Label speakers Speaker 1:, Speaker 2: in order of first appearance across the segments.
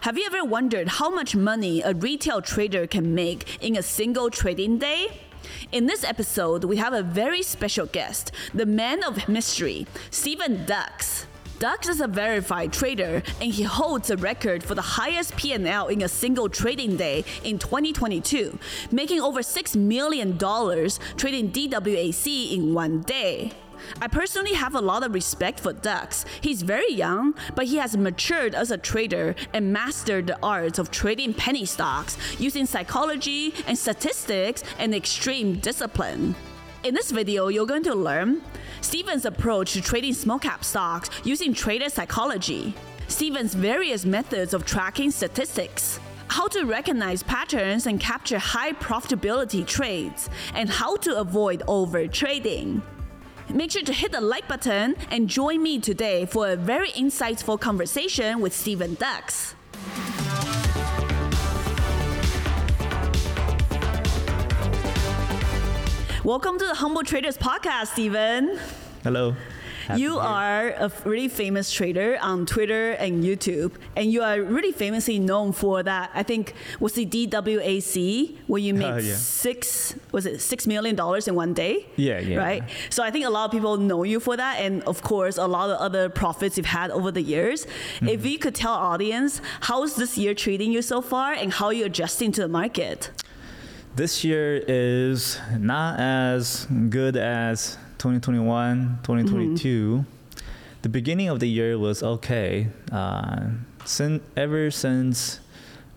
Speaker 1: Have you ever wondered how much money a retail trader can make in a single trading day? In this episode, we have a very special guest, the man of mystery, Stephen Dux. Dux is a verified trader and he holds a record for the highest P&L in a single trading day in 2022, making over $6 million trading DWAC in one day. I personally have a lot of respect for Dux. He's very young, but he has matured as a trader and mastered the art of trading penny stocks using psychology and statistics and extreme discipline. In this video, you're going to learn Steven's approach to trading small cap stocks using trader psychology, Steven's various methods of tracking statistics, how to recognize patterns and capture high profitability trades, and how to avoid over trading. Make sure to hit the like button and join me today for a very insightful conversation with Steven Dux. Welcome to the Humble Traders Podcast, Steven.
Speaker 2: Hello. Happy
Speaker 1: you
Speaker 2: to hear.
Speaker 1: are a f- really famous trader on Twitter and YouTube, and you are really famously known for that. I think was the DWAC where you made
Speaker 2: Uh, yeah.
Speaker 1: six was it six million dollars in one day?
Speaker 2: Yeah, yeah.
Speaker 1: Right. So I think a lot of people know you for that, and of course a lot of other profits you've had over the years.
Speaker 2: Mm-hmm.
Speaker 1: If you could tell our audience how's this year treating you so far, and how you're adjusting to the market.
Speaker 2: This year is not as good as 2021, 2022.
Speaker 1: Mm-hmm.
Speaker 2: The beginning of the year was okay. Uh, since ever since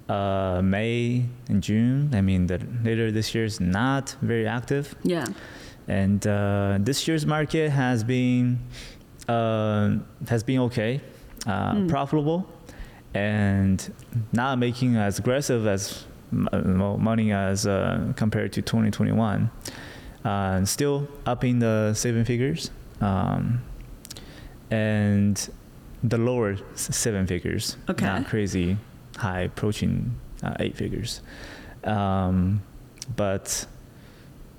Speaker 2: uh, May and June, I mean, the later this year is not very active.
Speaker 1: Yeah.
Speaker 2: and uh, this year's market has been uh, has been okay, uh, profitable, and not making as aggressive as m- uh, mo- money as uh, compared to 2021. Uh, still upping the seven figures, um, and the lower s- seven figures,
Speaker 1: Okay.
Speaker 2: not crazy high, approaching uh, eight figures. Um, but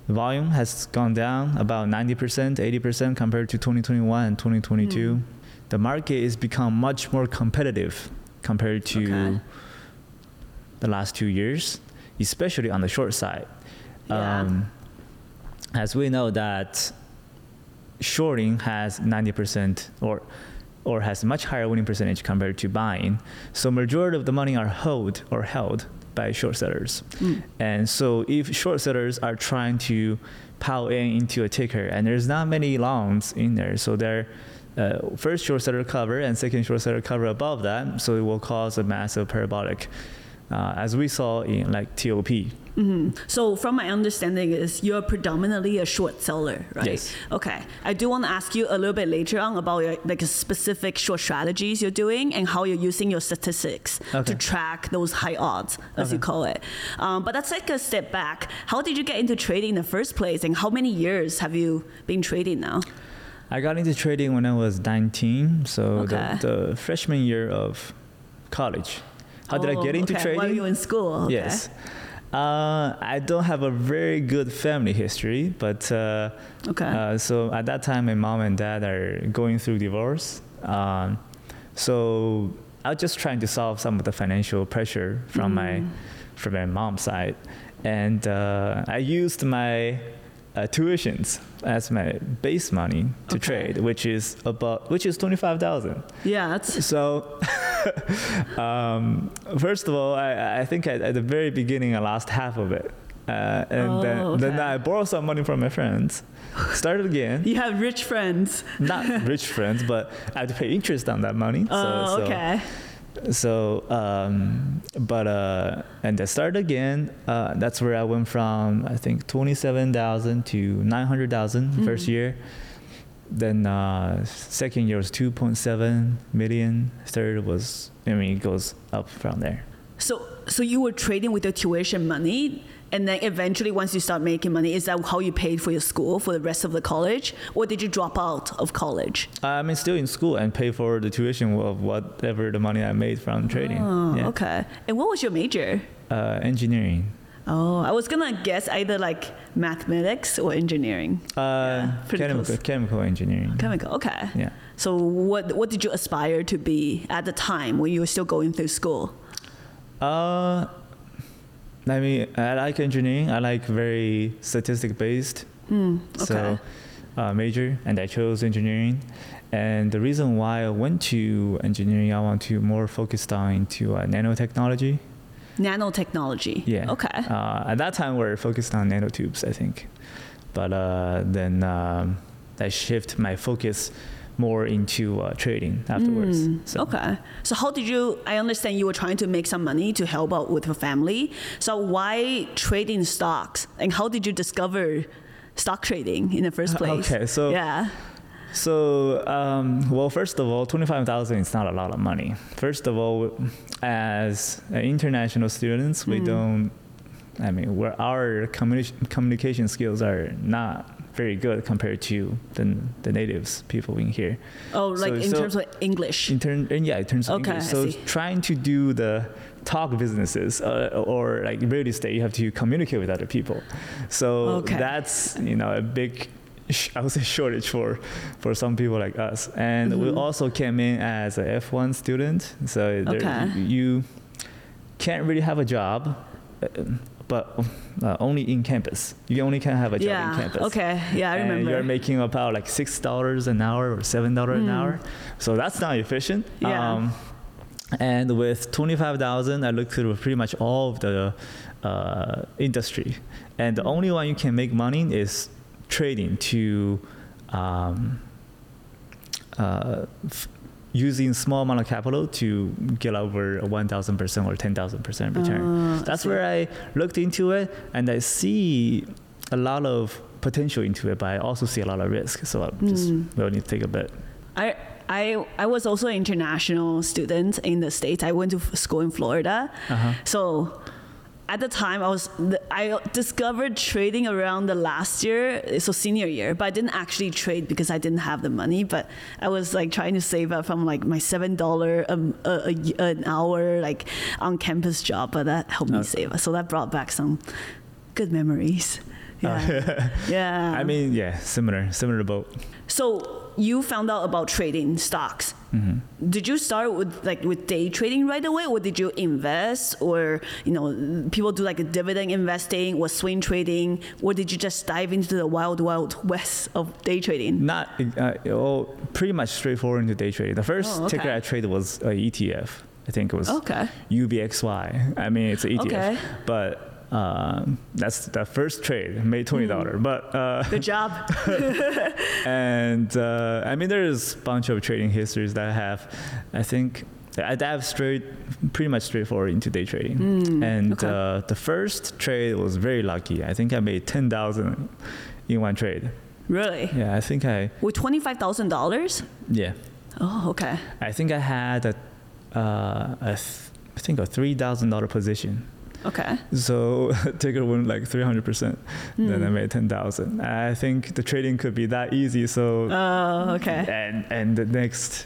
Speaker 2: the volume has gone down about 90%, 80% compared to 2021 and
Speaker 1: Hmm.
Speaker 2: 2022. The market has become much more competitive compared to
Speaker 1: Okay.
Speaker 2: the last two years, especially on the short side. Um,
Speaker 1: Yeah.
Speaker 2: as we know that shorting has 90% or or has much higher winning percentage compared to buying. So majority of the money are held or held by short sellers. And so if short sellers are trying to pile in into a ticker and there's not many longs in there, so they're uh, first short seller cover and second short seller cover above that, so it will cause a massive parabolic, uh, as we saw in like TOP.
Speaker 1: So, from my understanding, is you're predominantly a short seller, right?
Speaker 2: Yes.
Speaker 1: Okay. I do want to ask you a little bit later on about your like specific short strategies you're doing and how you're using your statistics
Speaker 2: Okay.
Speaker 1: to track those high odds, as you
Speaker 2: Okay.
Speaker 1: call it. Um, but let's take a step back. How did you get into trading in the first place, and how many years have you been trading now?
Speaker 2: I got into trading when I was 19, so
Speaker 1: Okay.
Speaker 2: the, the freshman year of college. How did I
Speaker 1: Oh,
Speaker 2: get into
Speaker 1: okay.
Speaker 2: trading?
Speaker 1: While you were in school. Okay.
Speaker 2: Yes. Uh, I don't have a very good family history, but uh,
Speaker 1: Okay.
Speaker 2: uh, so at that time, my mom and dad are going through divorce. Um, so I was just trying to solve some of the financial pressure from
Speaker 1: Mm.
Speaker 2: my from my mom's side, and uh, I used my uh, tuitions as my base money to
Speaker 1: Okay.
Speaker 2: trade, which is about which is twenty five thousand.
Speaker 1: yeah. That's,
Speaker 2: So, um, first of all, I, I think at, at the very beginning I lost half of it. Uh, and
Speaker 1: Oh,
Speaker 2: then, then
Speaker 1: okay.
Speaker 2: I borrowed some money from my friends, started again.
Speaker 1: you have rich friends.
Speaker 2: Not rich friends, but I had to pay interest on that money. So,
Speaker 1: Oh,
Speaker 2: so-
Speaker 1: okay.
Speaker 2: so um, but uh, and I started again. Uh, that's where I went from I think twenty seven thousand to nine hundred
Speaker 1: Mm-hmm.
Speaker 2: first year. Then uh, second year was two point seven million. Third was I mean it goes up from there.
Speaker 1: So, so you were trading with your tuition money, and then eventually, once you start making money, is that how you paid for your school for the rest of the college, or did you drop out of college?
Speaker 2: I mean still in school and pay for the tuition of whatever the money I made from trading.
Speaker 1: Oh,
Speaker 2: Yeah.
Speaker 1: okay. And what was your major?
Speaker 2: Uh, engineering.
Speaker 1: Oh, I was gonna guess either like mathematics or engineering,
Speaker 2: Uh,
Speaker 1: pretty
Speaker 2: chemical,
Speaker 1: close.
Speaker 2: chemical engineering.
Speaker 1: Mm-hmm. chemical. Okay.
Speaker 2: Yeah.
Speaker 1: So what what did you aspire to be at the time when you were still going through school?
Speaker 2: Uh, I mean, I like engineering. I like very statistic based.
Speaker 1: Hmm, okay.
Speaker 2: So, uh, major, and I chose engineering. And the reason why I went to engineering, I want to more focused on to uh, nanotechnology.
Speaker 1: Nanotechnology.
Speaker 2: Yeah.
Speaker 1: Okay.
Speaker 2: Uh, at that time, we're focused on nanotubes, I think. But uh, then um, I shift my focus more into uh, trading afterwards.
Speaker 1: Mm, Okay. So how did you? I understand you were trying to make some money to help out with your family. So why trading stocks? And how did you discover stock trading in the first place?
Speaker 2: Uh, Okay, so
Speaker 1: yeah.
Speaker 2: So, um, well, first of all, 25,000 is not a lot of money. First of all, as uh, international students, we
Speaker 1: Mm.
Speaker 2: don't, I mean, we're, our communi- communication skills are not very good compared to the, the natives people in here.
Speaker 1: Oh, like
Speaker 2: so-
Speaker 1: in
Speaker 2: so-
Speaker 1: terms of English.
Speaker 2: In turn, and yeah, in terms of
Speaker 1: Okay,
Speaker 2: English.
Speaker 1: I
Speaker 2: So,
Speaker 1: see.
Speaker 2: trying to do the talk businesses uh, or like real estate, you have to communicate with other people. So,
Speaker 1: Okay.
Speaker 2: that's, you know, a big sh- I would say shortage for, for some people like us, and we
Speaker 1: Mhm.
Speaker 2: also came in as a F one student, so there,
Speaker 1: Okay.
Speaker 2: you can't really have a job, uh, but uh, only in campus. You only can have a job in
Speaker 1: yeah.
Speaker 2: campus.
Speaker 1: Okay. Yeah, I
Speaker 2: And
Speaker 1: remember.
Speaker 2: you're making about like six dollars an hour or seven dollars an
Speaker 1: Mm.
Speaker 2: hour, so that's not efficient. Um,
Speaker 1: Yeah.
Speaker 2: and with twenty five thousand, I looked through pretty much all of the uh, industry, and the only one you can make money is trading to um, uh, f- using small amount of capital to get over one thousand percent or ten thousand percent return.
Speaker 1: Uh,
Speaker 2: That's
Speaker 1: see.
Speaker 2: where I looked into it, and I see a lot of potential into it, but I also see a lot of risk. So I just
Speaker 1: Mm.
Speaker 2: will need to take a bit.
Speaker 1: I I I was also an international student in the states. I went to f- school in Florida,
Speaker 2: Uh-huh.
Speaker 1: so at the time I was the- I discovered trading around the last year, so senior year. But I didn't actually trade because I didn't have the money. But I was like trying to save up from like my seven dollar um, a, a y- an hour like on campus job. But that helped me
Speaker 2: Okay.
Speaker 1: save. So that brought back some good memories. Yeah, yeah.
Speaker 2: Oh, I mean, yeah, similar, similar boat.
Speaker 1: So you found out about trading stocks. Did you start with like with day trading right away, or did you invest, or you know people do like a dividend investing or swing trading, or did you just dive into the wild wild west of day trading?
Speaker 2: Not uh, oh, pretty much straightforward into day trading. The first
Speaker 1: Oh, okay.
Speaker 2: ticker I traded was uh, ETF. I think it was
Speaker 1: Okay.
Speaker 2: UBXY. I mean, it's an ETF,
Speaker 1: Okay.
Speaker 2: but. Um, that's the first trade made twenty
Speaker 1: Hmm.
Speaker 2: dollar, but uh,
Speaker 1: Good job.
Speaker 2: and uh, I mean, there's a bunch of trading histories that I have. I think I dive straight, pretty much straightforward into day trading. and
Speaker 1: okay.
Speaker 2: uh, the first trade was very lucky. I think I made ten thousand in one trade.
Speaker 1: really?
Speaker 2: Yeah, I think I
Speaker 1: With twenty five thousand dollars?
Speaker 2: yeah,
Speaker 1: Oh, okay.
Speaker 2: I think I had a, uh, a th- I think a three thousand dollar position.
Speaker 1: Okay.
Speaker 2: So ticker went like three hundred percent. Then I made ten thousand. I think the trading could be that easy. So
Speaker 1: Oh, okay.
Speaker 2: and and the next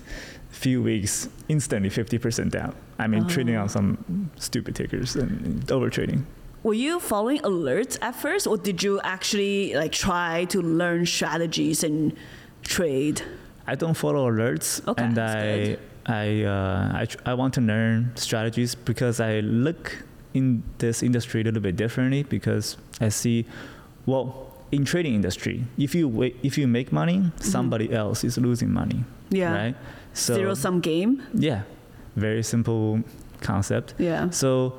Speaker 2: few weeks instantly 50% down i mean
Speaker 1: Oh.
Speaker 2: trading on some stupid tickers and over trading
Speaker 1: Were you following alerts at first, or did you actually like try to learn strategies and trade?
Speaker 2: i don't follow alerts
Speaker 1: Okay,
Speaker 2: and
Speaker 1: that's
Speaker 2: i
Speaker 1: good.
Speaker 2: i uh, I, tr- I want to learn strategies because i look in this industry a little bit differently because i see well in trading industry if you wait, if you make money somebody else is losing money
Speaker 1: Mm-hmm. Yeah.
Speaker 2: right so
Speaker 1: Zero sum game.
Speaker 2: yeah very simple concept
Speaker 1: Yeah.
Speaker 2: So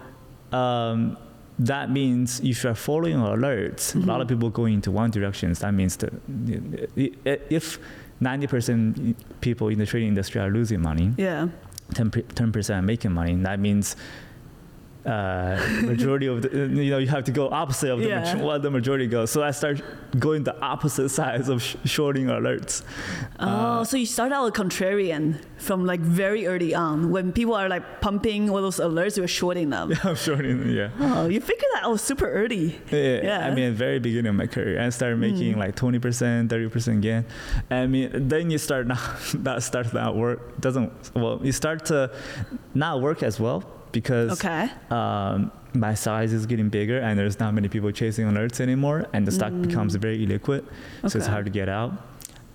Speaker 2: um, that means if you're following alerts, a lot of people go into one direction. That means that i- i- if 90% people in the trading industry are losing money,
Speaker 1: Yeah.
Speaker 2: 10 percent are making money, that means uh, majority of the you know you have to go opposite of the
Speaker 1: Yeah.
Speaker 2: maj- what the majority goes. So I start going the opposite sides of sh- shorting alerts. Uh,
Speaker 1: Oh, so you start out a contrarian from like very early on when people are like pumping all those alerts, you're shorting them.
Speaker 2: I'm shorting, yeah.
Speaker 1: Oh, you figure that out super early.
Speaker 2: Yeah,
Speaker 1: Yeah. Hmm.
Speaker 2: I mean, very beginning of my career, I started making like twenty percent, thirty percent gain. I mean, then you start not that starts not work doesn't well. You start to not work as well because
Speaker 1: Okay.
Speaker 2: um, my size is getting bigger and there's not many people chasing alerts anymore, and the stock becomes very illiquid, so it's
Speaker 1: Hmm. Okay.
Speaker 2: hard to get out.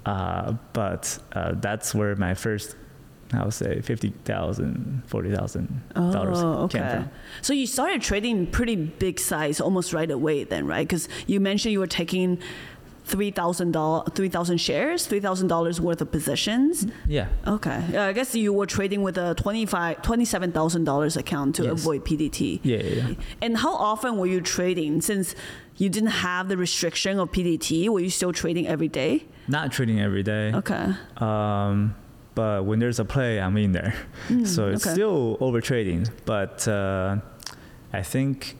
Speaker 2: Uh, but uh, that's where my first, I would say, fifty thousand, forty thousand dollars
Speaker 1: Oh,
Speaker 2: came
Speaker 1: okay.
Speaker 2: from.
Speaker 1: So you started trading pretty big size almost right away then, right? Because you mentioned you were taking three thousand dollars, three thousand shares, three thousand dollars worth of positions.
Speaker 2: Yeah,
Speaker 1: Okay, Yeah, I guess you were trading with a twenty-five, twenty-seven thousand dollars account to
Speaker 2: Yes.
Speaker 1: avoid PDT.
Speaker 2: yeah, yeah. yeah.
Speaker 1: And how often were you trading? Since you didn't have the restriction of PDT, were you still trading every day?
Speaker 2: Not trading every day.
Speaker 1: Okay.
Speaker 2: Um, but when there's a play, I'm in there. so it's
Speaker 1: Hmm, okay.
Speaker 2: still over trading. But uh, I think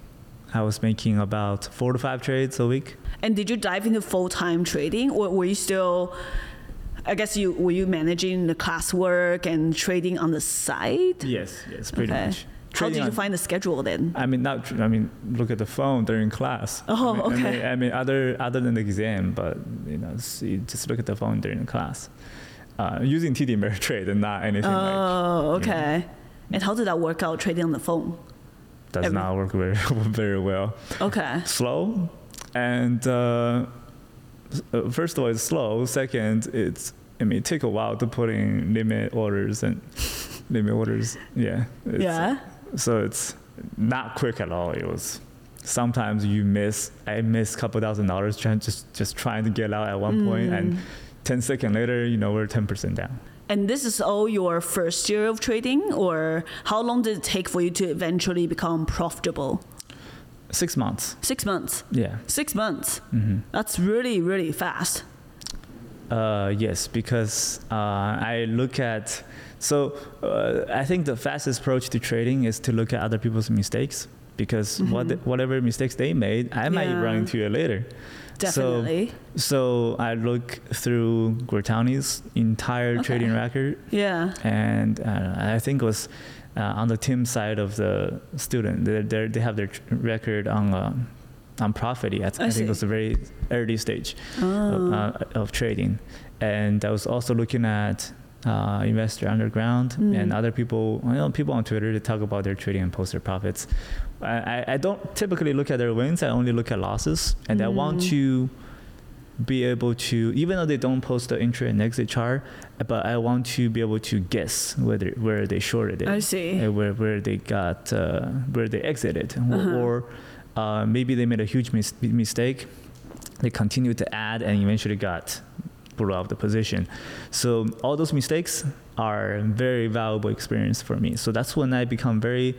Speaker 2: I was making about four to five trades a week.
Speaker 1: And did you dive into full-time trading, or were you still? I guess you were you managing the classwork and trading on the side.
Speaker 2: Yes, yes, pretty
Speaker 1: Okay.
Speaker 2: much.
Speaker 1: How did
Speaker 2: Trading
Speaker 1: you
Speaker 2: on-
Speaker 1: find the schedule then?
Speaker 2: I mean, not. tr- I mean, look at the phone during class.
Speaker 1: Oh,
Speaker 2: I mean, I
Speaker 1: okay.
Speaker 2: mean, I mean, other other than the exam, but you know, s- you just look at the phone during class. Uh, using TD Ameritrade and not anything like
Speaker 1: Oh,
Speaker 2: you know.
Speaker 1: okay. And how did that work out trading on the phone?
Speaker 2: does
Speaker 1: every-
Speaker 2: not work very very well.
Speaker 1: Okay.
Speaker 2: slow and uh, s- uh, first of all it's slow second it's i mean it take a while to put in limit orders and limit orders yeah it's, uh,
Speaker 1: yeah.
Speaker 2: so it's not quick at all it was sometimes you miss i missed a couple thousand dollars trying just just trying to get out at one point, and 10 seconds later you know we're 10% down
Speaker 1: And this is all your first year of trading, or how long did it take for you to eventually become profitable?
Speaker 2: six months
Speaker 1: Six months.
Speaker 2: yeah
Speaker 1: Six months.
Speaker 2: hmm
Speaker 1: That's really, really fast.
Speaker 2: Uh, yes, because uh, I look at so uh, I think the fastest approach to trading is to look at other people's mistakes because what whatever mistakes they made, I might
Speaker 1: Mm-hmm. Yeah.
Speaker 2: run into it later.
Speaker 1: Definitely.
Speaker 2: So I look through Gortani's entire
Speaker 1: Okay.
Speaker 2: trading record,
Speaker 1: yeah.
Speaker 2: and uh, I think it was uh, on the team side of the student. They they're- they have their tr- record on. Uh, on profit, I, th-
Speaker 1: I
Speaker 2: I think
Speaker 1: see.
Speaker 2: it was a very early stage
Speaker 1: Oh.
Speaker 2: of, uh, of trading. And I was also looking at uh, Investor Underground and
Speaker 1: Mm.
Speaker 2: other people, you know, people on Twitter that talk about their trading and post their profits. I, I- I don't typically look at their wins, I only look at losses. And I want
Speaker 1: Mm.
Speaker 2: to be able to, even though they don't post the entry and exit chart, but I want to be able to guess whether where they shorted it
Speaker 1: I see.
Speaker 2: uh, where where they got uh, where they exited, or,
Speaker 1: Uh-huh.
Speaker 2: or uh, maybe they made a huge mis- mistake. They continued to add and eventually got pulled out of the position. So all those mistakes are very valuable experience for me. So that's when I become very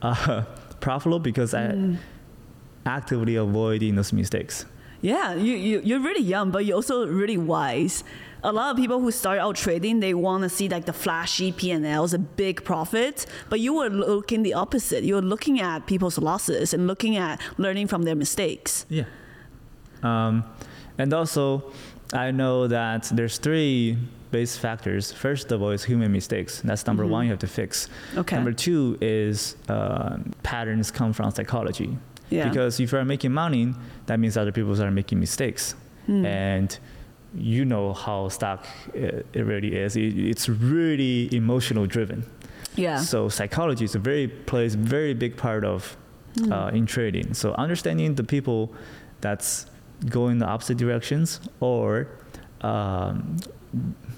Speaker 2: uh, profitable because
Speaker 1: Mm.
Speaker 2: I actively avoiding those mistakes.
Speaker 1: Yeah, you, you, you're really young, but you're also really wise. A lot of people who start out trading, they want to see like the flashy P&Ls, a big profit, but you were looking the opposite. You were looking at people's losses and looking at learning from their mistakes.
Speaker 2: Yeah. Um, and also, I know that there's three base factors. First of all, is human mistakes. That's number one you have to fix.
Speaker 1: Mm-hmm. Okay.
Speaker 2: Number two is uh, patterns come from psychology.
Speaker 1: yeah.
Speaker 2: Because if you are making money, that means other people are making mistakes.
Speaker 1: Hmm.
Speaker 2: And you know how stock it, it really is. It, it's really emotional driven.
Speaker 1: yeah.
Speaker 2: So psychology is a very plays very big part of
Speaker 1: Hmm.
Speaker 2: uh, in trading. So understanding the people that's going the opposite directions, or um,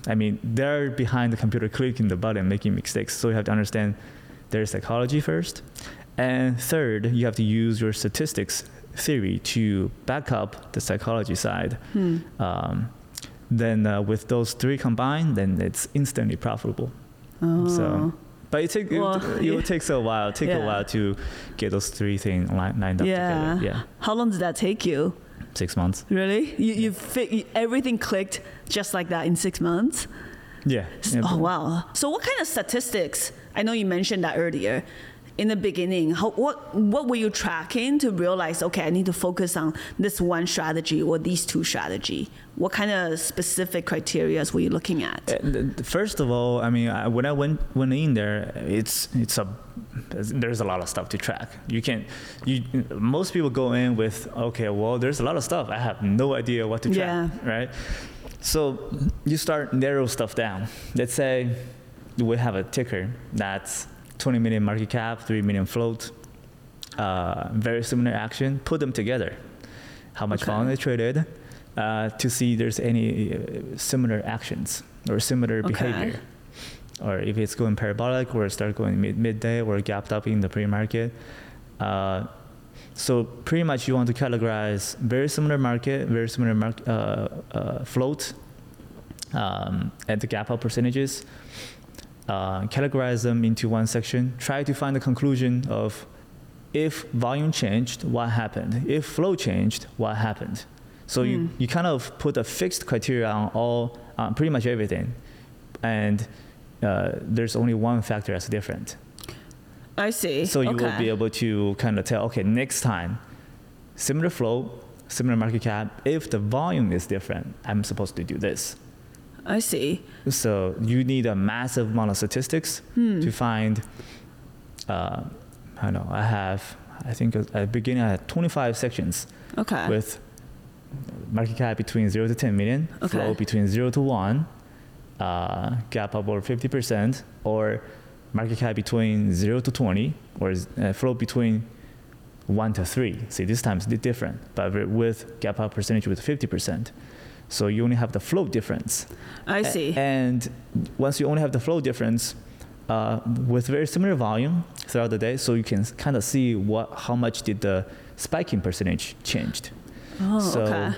Speaker 2: I mean, they're behind the computer clicking the button, making mistakes. So you have to understand their psychology first, and third, you have to use your statistics theory to back up the psychology side.
Speaker 1: Hmm.
Speaker 2: Um, then uh, with those three combined, then it's instantly profitable.
Speaker 1: Oh.
Speaker 2: So, but it take it,
Speaker 1: Well,
Speaker 2: it will
Speaker 1: yeah.
Speaker 2: takes a while. Take
Speaker 1: Yeah.
Speaker 2: a while to get those three things li- lined up
Speaker 1: yeah.
Speaker 2: together. Yeah,
Speaker 1: How long did that take you?
Speaker 2: six months.
Speaker 1: Really? You, you fi- everything clicked just like that in six months?
Speaker 2: Yeah.
Speaker 1: S-
Speaker 2: yeah.
Speaker 1: Oh wow! So what kind of statistics? I know you mentioned that earlier, in the beginning. How, what what were you tracking to realize? Okay, I need to focus on this one strategy or these two strategy. What kind of specific criteria were you looking at?
Speaker 2: Uh, th- th- First of all, I mean, I, when I went went in there, it's it's a there's a lot of stuff to track. You can you most people go in with okay, well, there's a lot of stuff. I have no idea what to track, right? So you start narrow stuff down. Let's say we have a ticker that's 20 million market cap, 3 million float, uh, very similar action. Put them together. How much
Speaker 1: Okay.
Speaker 2: volume they traded, uh, to see if there's any uh, similar actions or similar
Speaker 1: Okay.
Speaker 2: behavior. Or if it's going parabolic or start going mid- midday or gapped up in the pre-market. Uh, so pretty much you want to categorize very similar market, very similar mark, uh, uh, float, um, and the gap up percentages. Uh, categorize them into one section. Try to find the conclusion of if volume changed, what happened? If flow changed, what happened? So you,
Speaker 1: Mm.
Speaker 2: you kind of put a fixed criteria on all, on pretty much everything, and uh, there's only one factor that's different.
Speaker 1: I see.
Speaker 2: So you will
Speaker 1: Eh, Okay.
Speaker 2: be able to kind of tell, okay, next time, similar flow, similar market cap, if the volume is different, I'm supposed to do this.
Speaker 1: I see.
Speaker 2: So you need a massive amount of statistics
Speaker 1: Hmm.
Speaker 2: to find, uh, I don't know, I have, I think at the beginning I had 25 sections
Speaker 1: Okay.
Speaker 2: with market cap between 0 to 10 million, flow
Speaker 1: Okay.
Speaker 2: between 0 to 1, uh, gap up over 50%, or market cap between 0 to 20, or uh, flow between 1 to 3. See, this time it's di- different, but wi- with gap up percentage with 50%. So you only have the flow difference.
Speaker 1: I
Speaker 2: A-
Speaker 1: see.
Speaker 2: And once you only have the flow difference, uh, with very similar volume throughout the day, so you can kind of see what how much did the spiking percentage changed.
Speaker 1: oh,
Speaker 2: so
Speaker 1: okay.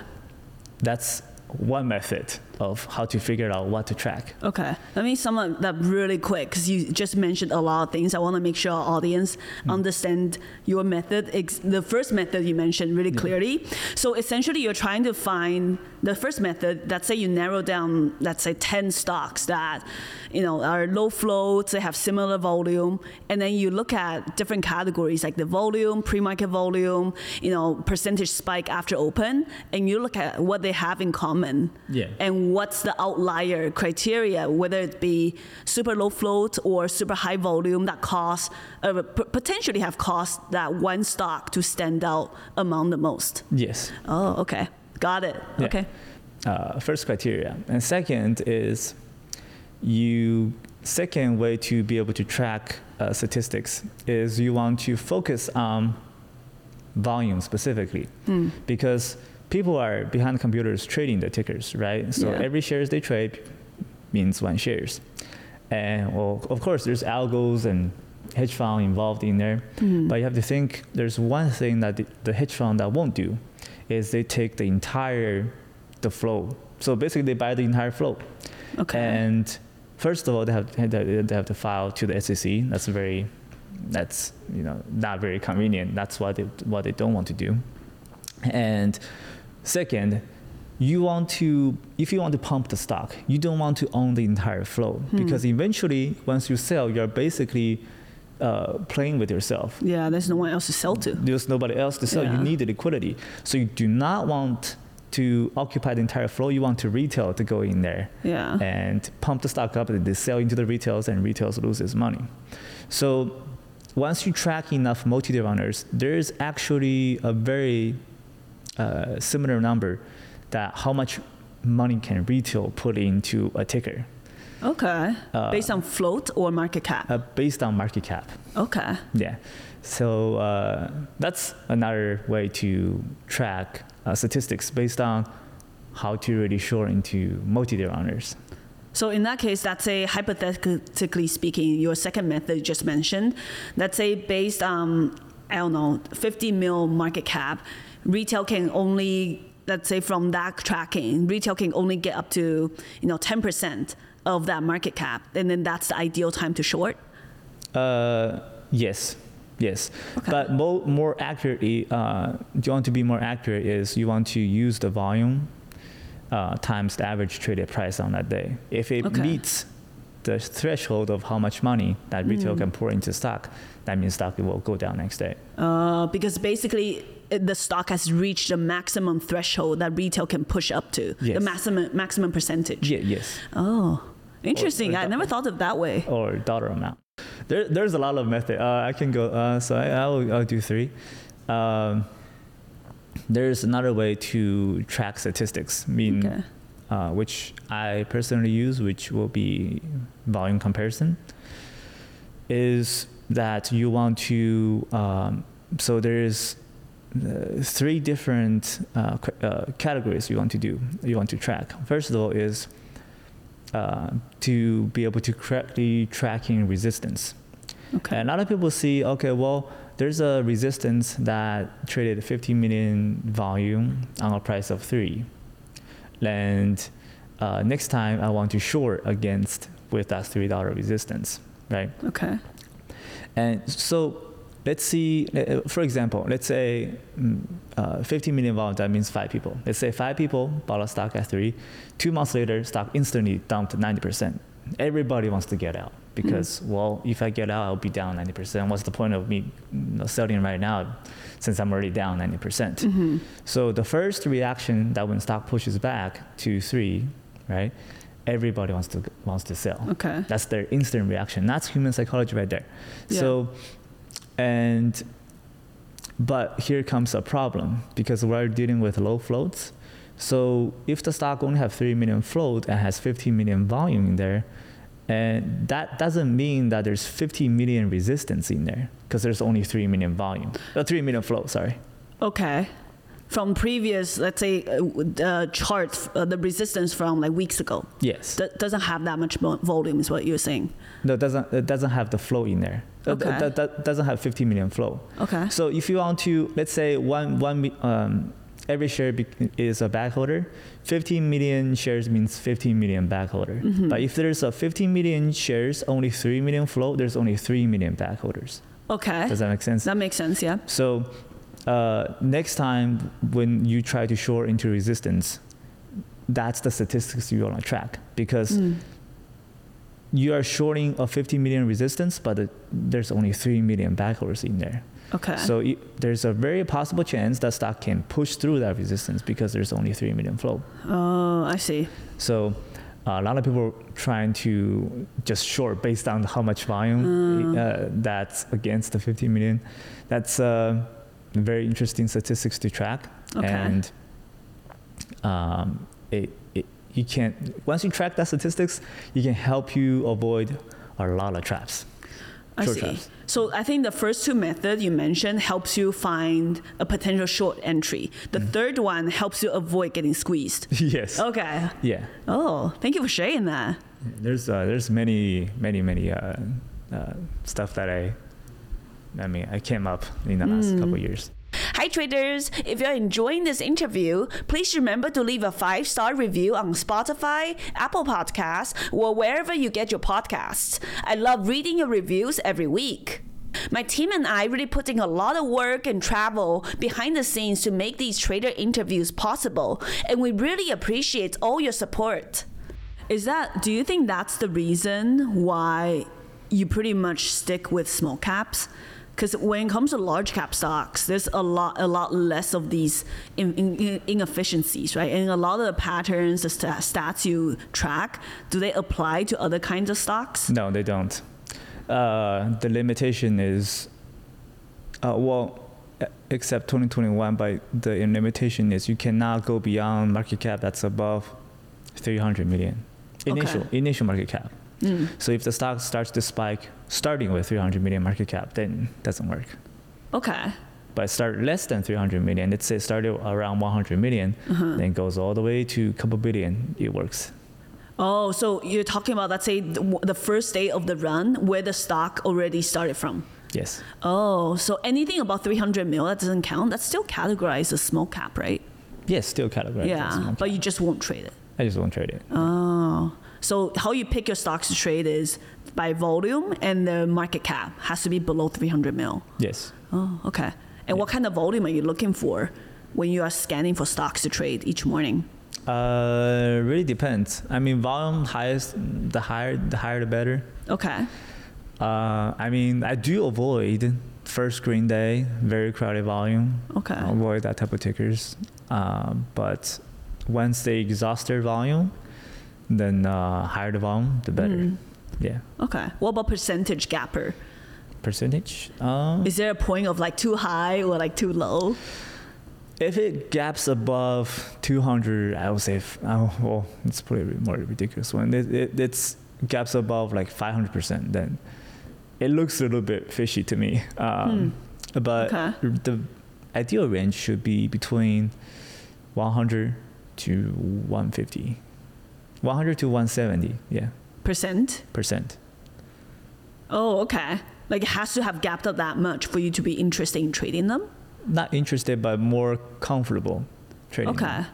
Speaker 2: That's one method of how to figure out what to track.
Speaker 1: Okay. Let me sum up that really quick because you just mentioned a lot of things. I want to make sure our audience understand your method. Ex- the first method you mentioned really clearly. So essentially, you're trying to find the first method. Let's say you narrow down, let's say, ten stocks that you know are low floats. They have similar volume, and then you look at different categories like the volume, pre-market volume, you know, percentage spike after open, and you look at what they have in common
Speaker 2: Yeah.
Speaker 1: and what's the outlier criteria, whether it be super low float or super high volume that cause uh, p- potentially have caused that one stock to stand out among the most.
Speaker 2: Yes.
Speaker 1: Oh, okay, got it.
Speaker 2: Yeah.
Speaker 1: Okay,
Speaker 2: uh, first criteria. And second is you second way to be able to track uh, statistics is you want to focus on volume specifically because people are behind computers trading the tickers, right? So
Speaker 1: Yeah.
Speaker 2: every shares they trade means one shares. And well, of course, there's algos and hedge fund involved in there, but you have to think there's one thing that the, the hedge fund that won't do is they take the entire the flow. So basically, they buy the entire flow.
Speaker 1: okay,
Speaker 2: And first of all, they have they have to file to the SEC. That's very that's you know not very convenient. That's what they what they don't want to do. And second, you want to if you want to pump the stock, you don't want to own the entire flow
Speaker 1: Hmm.
Speaker 2: because eventually, once you sell, you're basically uh, playing with yourself
Speaker 1: yeah, there's no one else to sell to.
Speaker 2: there's nobody else to sell.
Speaker 1: Yeah.
Speaker 2: You need the liquidity. So you do not want to occupy the entire flow. You want to retail to go in there
Speaker 1: Yeah,
Speaker 2: and pump the stock up and they sell into the retails and retails loses money. So once you track enough multi-day runners, there's actually a very uh, similar number that how much money can retail put into a ticker
Speaker 1: okay,
Speaker 2: uh,
Speaker 1: based on float or market cap.
Speaker 2: uh, based on market cap.
Speaker 1: Okay,
Speaker 2: Yeah. So uh, that's another way to track uh, statistics based on how to really short into multi-day runners.
Speaker 1: so in that case, let's say hypothetically speaking, your second method you just mentioned, let's say based on I don't know, 50 mil market cap, retail can only, let's say from that tracking, retail can only get up to, you know, 10% of that market cap. And then that's the ideal time to short.
Speaker 2: Uh, yes, yes.
Speaker 1: Okay.
Speaker 2: But mo- more accurately, uh, you want to be more accurate is you want to use the volume uh, times the average traded price on that day. If it
Speaker 1: Okay.
Speaker 2: meets the threshold of how much money that
Speaker 1: Hmm.
Speaker 2: retail can pour into stock, that means stock will go down next day.
Speaker 1: Uh, because basically it- the stock has reached the maximum threshold that retail can push up to, the
Speaker 2: Yes.
Speaker 1: maximum, maximum percentage.
Speaker 2: Yeah, yes.
Speaker 1: Oh, interesting.
Speaker 2: or
Speaker 1: I
Speaker 2: that-
Speaker 1: never thought of that way.
Speaker 2: or dollar amount. There, there's a lot of method. Uh, I can go. Uh, so I, I'll, I'll do three. Um, there's another way to track statistics, mean,
Speaker 1: Okay.
Speaker 2: uh, which I personally use, which will be volume comparison. Is that you want to? Um, so there's uh, three different uh, c- uh, categories you want to do, you want to track. First of all is uh, to be able to correctly tracking resistance.
Speaker 1: Okay.
Speaker 2: And a lot of people see, okay, well, there's a resistance that traded 50 million volume on a price of three. And uh, next time I want to short against with that $3 resistance, right?
Speaker 1: okay.
Speaker 2: And so let's see, uh, for example, let's say mm, uh, 50 million volume, that means five people. Let's say five people bought a stock at three. Two months later, stock instantly dumped 90%. Everybody wants to get out because, well, if I get out, I'll be down 90%. What's the point of me you know, selling right now since I'm already down 90%? percent
Speaker 1: Mm-hmm.
Speaker 2: So the first reaction that when stock pushes back to three, right? Everybody wants to wants to sell.
Speaker 1: Okay.
Speaker 2: That's their instant reaction. That's human psychology right there.
Speaker 1: Yeah.
Speaker 2: So, and, but here comes a problem because we're dealing with low floats. So if the stock only have 3 million float and has 15 million volume in there, and that doesn't mean that there's 50 million resistance in there because there's only 3 million volume, uh, 3 million float, sorry.
Speaker 1: Okay. From previous, let's say, uh, w- uh, charts, uh, the resistance from like weeks ago
Speaker 2: Yes.
Speaker 1: that doesn't have that much mo- volume, is what you're saying.
Speaker 2: No, it doesn't, it doesn't have the flow in there. That-
Speaker 1: Okay.
Speaker 2: That, that doesn't have 50 million flow.
Speaker 1: Okay.
Speaker 2: So if you want to, let's say one one mi- um, every share be- is a backholder, 15 million shares means 15 million backholder. But if there's a 15 million shares, only 3 million float, there's only 3 million backholders.
Speaker 1: Okay.
Speaker 2: Does that make sense?
Speaker 1: That makes sense. Yeah.
Speaker 2: So uh, next time when you try to short into resistance, that's the statistics you want to track because
Speaker 1: Mm.
Speaker 2: you are shorting a 50 million resistance, but the, there's only 3 million backholders in there.
Speaker 1: Okay.
Speaker 2: So you, there's a very possible chance that stock can push through that resistance because there's only three million flow.
Speaker 1: oh, I see.
Speaker 2: So uh, a lot of people are trying to just short based on how much volume uh, that's against the 50 million. That's uh, very interesting statistics to track.
Speaker 1: Okay.
Speaker 2: And um, it, it, you can once you track that statistics, you can help you avoid a lot of traps.
Speaker 1: I
Speaker 2: short
Speaker 1: see.
Speaker 2: traps.
Speaker 1: So I think the first two method you mentioned helps you find a potential short entry. The third one helps you avoid getting squeezed.
Speaker 2: yes.
Speaker 1: Okay.
Speaker 2: Yeah.
Speaker 1: Oh, thank you for sharing that.
Speaker 2: There's uh, there's many many many uh, uh, stuff that I I mean I came up in the last couple years.
Speaker 1: Hi, traders. If you're enjoying this interview, please remember to leave a five star review on Spotify, Apple Podcasts, or wherever you get your podcasts. I love reading your reviews every week. My team and I really put in a lot of work and travel behind the scenes to make these trader interviews possible, and we really appreciate all your support. Is that, do you think that's the reason why you pretty much stick with small caps? Because when it comes to large cap stocks, there's a lot, a lot less of these in, in, in- inefficiencies, right? And a lot of the patterns, the sta- stats you track, do they apply to other kinds of stocks?
Speaker 2: No, they don't. Uh, the limitation is uh, well e- except 2021, but the limitation is you cannot go beyond market cap that's above 300 million initial initial market cap.
Speaker 1: Mm.
Speaker 2: So if the stock starts to spike starting with 300 million market cap, then it doesn't work.
Speaker 1: Okay.
Speaker 2: but start less than 300 million. Let's say started around 100 million,
Speaker 1: Uh-huh.
Speaker 2: then goes all the way to couple billion. It works.
Speaker 1: Oh, so you're talking about, let's say, the, the first day of the run where the stock already started from.
Speaker 2: Yes.
Speaker 1: Oh, so anything above 300 mil that doesn't count, that's still categorized as small cap, right?
Speaker 2: Yes, still categorized. as
Speaker 1: yeah,
Speaker 2: small
Speaker 1: but
Speaker 2: cap.
Speaker 1: you just won't trade it.
Speaker 2: I just won't trade it.
Speaker 1: Oh, so how you pick your stocks to trade is by volume and the market cap has to be below 300 mil.
Speaker 2: Yes.
Speaker 1: Oh, okay. And what kind of volume are you looking for when you are scanning for stocks to trade each morning?
Speaker 2: Uh, really depends. I mean, volume highest, the higher, the higher the better.
Speaker 1: Okay.
Speaker 2: Uh, I mean, I do avoid first green day, very crowded volume.
Speaker 1: Okay.
Speaker 2: avoid that type of tickers. Uh, but once they exhaust their volume, then uh, higher the volume, the better.
Speaker 1: Mm.
Speaker 2: Yeah.
Speaker 1: Okay. What about percentage gapper?
Speaker 2: Percentage? Um,
Speaker 1: Is there a point of like too high or like too low?
Speaker 2: If it gaps above 200, I would say, f- oh, well, it's probably a more ridiculous one. It, it, it's gaps above like 500%, then it looks a little bit fishy to me. Um, But
Speaker 1: Hmm. Okay.
Speaker 2: the ideal range should be between 100 to 150, 100 to 170, yeah,
Speaker 1: Percent.
Speaker 2: percent.
Speaker 1: Oh, okay. Like it has to have gapped up that much for you to be interested in trading them.
Speaker 2: Not interested, but more comfortable trading. them.
Speaker 1: Okay.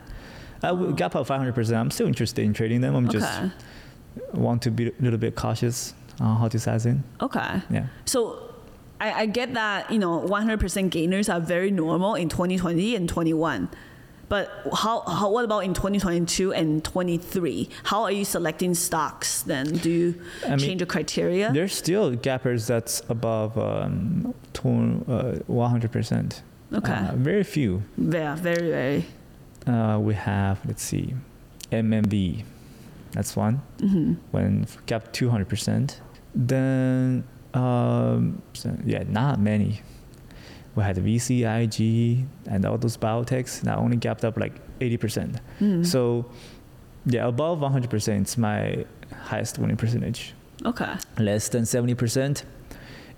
Speaker 2: I would gap up 500%. I'm still interested in trading them. I'm just
Speaker 1: okay.
Speaker 2: want to be a little bit cautious on how to size in.
Speaker 1: Okay.
Speaker 2: Yeah.
Speaker 1: So I, I get that, you know, 100% gainers are very normal in 2020 and 21. But how, how what about in 2022 and 23? How are you selecting stocks then? Do you
Speaker 2: I mean,
Speaker 1: change the criteria?
Speaker 2: There's still gappers that's above um, tw- uh, 100%.
Speaker 1: Okay.
Speaker 2: Uh, very few.
Speaker 1: yeah, very, very.
Speaker 2: Uh, we have, let's see, MMV. That's one.
Speaker 1: hmm
Speaker 2: When f- gap 200%. Then, um, so- yeah, not many. We had VCIG and all those biotechs that only gapped up like 80%.
Speaker 1: Mm.
Speaker 2: So, yeah, above 100% is my highest winning percentage. Uh-huh.
Speaker 1: okay.
Speaker 2: Less than 70%,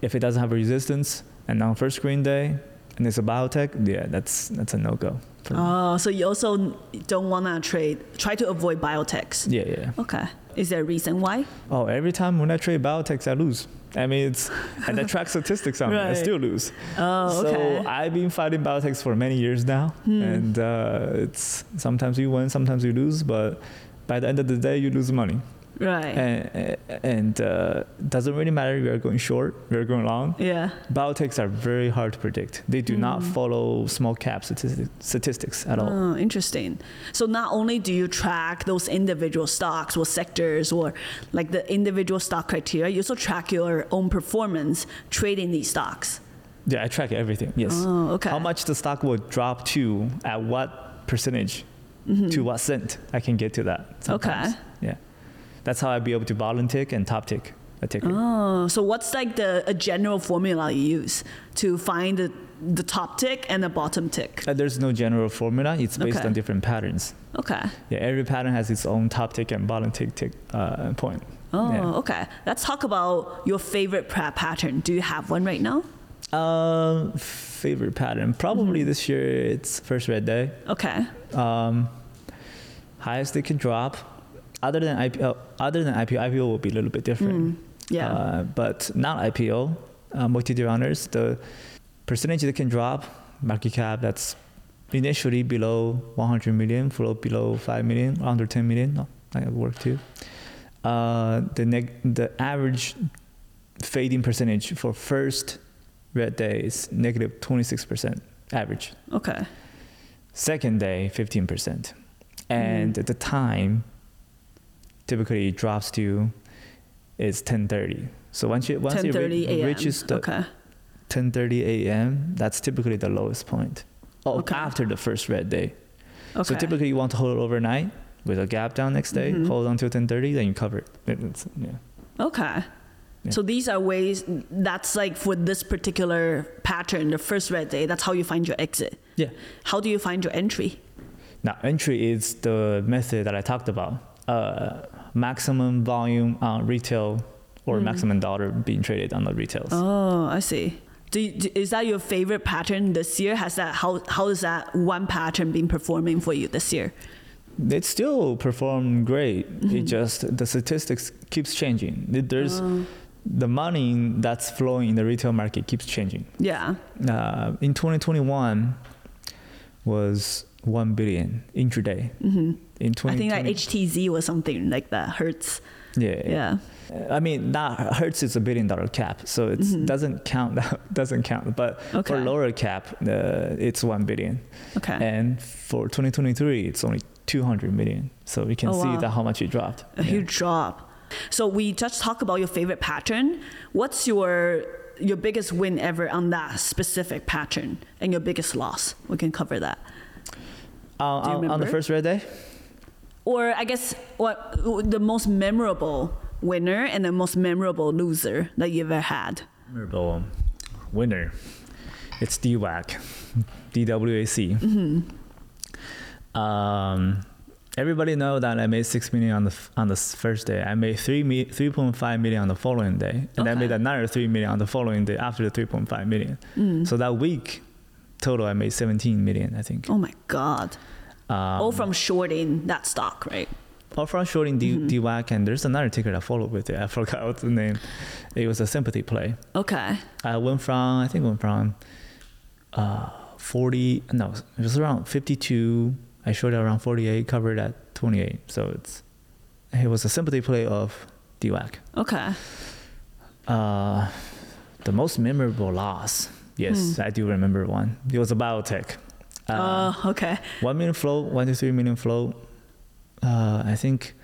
Speaker 2: if it doesn't have resistance and on first screen day and it's a biotech, yeah, that's that's a no go.
Speaker 1: Oh, so you also don't want to trade, try to avoid biotechs.
Speaker 2: Yeah, yeah.
Speaker 1: Okay. Is there a reason why?
Speaker 2: Oh, every time when I trade biotechs, I lose. I mean, it's and I track statistics on it. I
Speaker 1: Right.
Speaker 2: still lose.
Speaker 1: Oh, okay.
Speaker 2: So I've been fighting biotechs for many years now,
Speaker 1: Hmm.
Speaker 2: and uh, it's sometimes you win, sometimes you lose, but by the end of the day, you lose money.
Speaker 1: right.
Speaker 2: and, and uh, doesn't really matter if you're going short, you're going long.
Speaker 1: yeah.
Speaker 2: Biotechs are very hard to predict. They do not
Speaker 1: Mm.
Speaker 2: follow small cap statistics, statistics at all.
Speaker 1: Oh, interesting. So not only do you track those individual stocks or sectors or like the individual stock criteria, you also track your own performance trading these stocks.
Speaker 2: Yeah, I track everything. Yes.
Speaker 1: Oh, okay.
Speaker 2: How much the stock will drop to at what percentage, to what cent? I can get to that. Sometimes.
Speaker 1: Mm-hmm. Okay.
Speaker 2: Yeah, that's how I'd be able to bottom tick and top tick a ticker.
Speaker 1: Oh, so what's like the a general formula you use to find the, the top tick and the bottom tick?
Speaker 2: Uh, there's no general formula. It's based
Speaker 1: Okay.
Speaker 2: on different patterns.
Speaker 1: Okay.
Speaker 2: Yeah, every pattern has its own top tick and bottom tick tick uh, point.
Speaker 1: Oh,
Speaker 2: Yeah.
Speaker 1: okay. Let's talk about your favorite prep pattern. Do you have one right now?
Speaker 2: Um, favorite pattern probably this year. It's first red day.
Speaker 1: Okay.
Speaker 2: Um, highest it can drop. Other than IPO, other than IPO, IPO will be a little bit different.
Speaker 1: Mm, yeah.
Speaker 2: Uh, but not IPO, uh, multi-tier owners. The percentage that can drop market cap that's initially below 100 million, below below 5 million, under 10 million. No, that would work too. Uh, the neg- the average fading percentage for first red day is negative 26 percent average
Speaker 1: okay.
Speaker 2: second day 15% and
Speaker 1: Mm.
Speaker 2: the time typically it drops to is 10.30 so once you once
Speaker 1: 10:30
Speaker 2: it re-
Speaker 1: a.m.
Speaker 2: reaches the
Speaker 1: okay.
Speaker 2: 10.30 a.m that's typically the lowest point oh,
Speaker 1: Okay.
Speaker 2: after the first red day
Speaker 1: Okay.
Speaker 2: so typically you want to hold it overnight with a gap down next day
Speaker 1: Mhm.
Speaker 2: hold until 10.30 then you cover it It's- yeah.
Speaker 1: Okay.
Speaker 2: Yeah.
Speaker 1: So these are ways that's like for this particular pattern, the first red day, that's how you find your exit.
Speaker 2: Yeah.
Speaker 1: How do you find your entry?
Speaker 2: now entry is the method that i talked about uh, maximum volume on retail or
Speaker 1: Mm-hmm.
Speaker 2: maximum dollar being traded on the retails
Speaker 1: Oh, I see. Do you, do, is that your favorite pattern this year? Has that how how is that one pattern been performing for you this year?
Speaker 2: they still perform great. It
Speaker 1: Mm-hmm.
Speaker 2: just the statistics keeps changing. Th- There's
Speaker 1: Uh-huh. Oh.
Speaker 2: the money that's flowing in the retail market keeps changing.
Speaker 1: Yeah.
Speaker 2: Uh, in 2021 was one billion intraday.
Speaker 1: hmm
Speaker 2: In
Speaker 1: I
Speaker 2: 2020,
Speaker 1: think like HTZ was something like that. Hertz.
Speaker 2: yeah,
Speaker 1: Yeah.
Speaker 2: I mean, that Hertz is a billion dollar cap, so it
Speaker 1: Mhm.
Speaker 2: doesn't count. doesn't count. But
Speaker 1: Okay.
Speaker 2: for lower cap, uh, it's one billion,
Speaker 1: Okay.
Speaker 2: and for 2023, it's only 200 million. So you can
Speaker 1: Oh,
Speaker 2: see
Speaker 1: wow.
Speaker 2: that how much it dropped.
Speaker 1: A
Speaker 2: Yeah.
Speaker 1: huge drop. So we just talk about your favorite pattern. What's your your biggest win ever on that specific pattern and your biggest loss? We can cover that.
Speaker 2: Uh,
Speaker 1: Do you
Speaker 2: on, on the
Speaker 1: remember?
Speaker 2: first red day.
Speaker 1: Or I guess what the most memorable winner and the most memorable loser that you ever had.
Speaker 2: Memorable um, winner. It's DWAC, DWAC. Um, everybody know that I made six million on the f- on the s- first day. I made three mi- three point five million on the following day, and
Speaker 1: Okay.
Speaker 2: I Mm. made another three million on the following day after the three point five million. So that week, total, I made 17 million, I think.
Speaker 1: Oh my god.
Speaker 2: Um,
Speaker 1: All from shorting that stock, right?
Speaker 2: or from shorting D- DWAC, and there's another ticker that followed with it. I forgot what's the name. It was a sympathy play.
Speaker 1: Okay.
Speaker 2: I Uh, went from, I think, went from uh, 40, no, it was around 52. I shorted around 48, covered at 28. So it's, it was a sympathy play of DWAC.
Speaker 1: Okay.
Speaker 2: Uh, the most memorable loss. Yes, I do remember one. It was a biotech. Uh, Um,
Speaker 1: Oh, okay.
Speaker 2: one million flow, one to three million flow. Uh, I think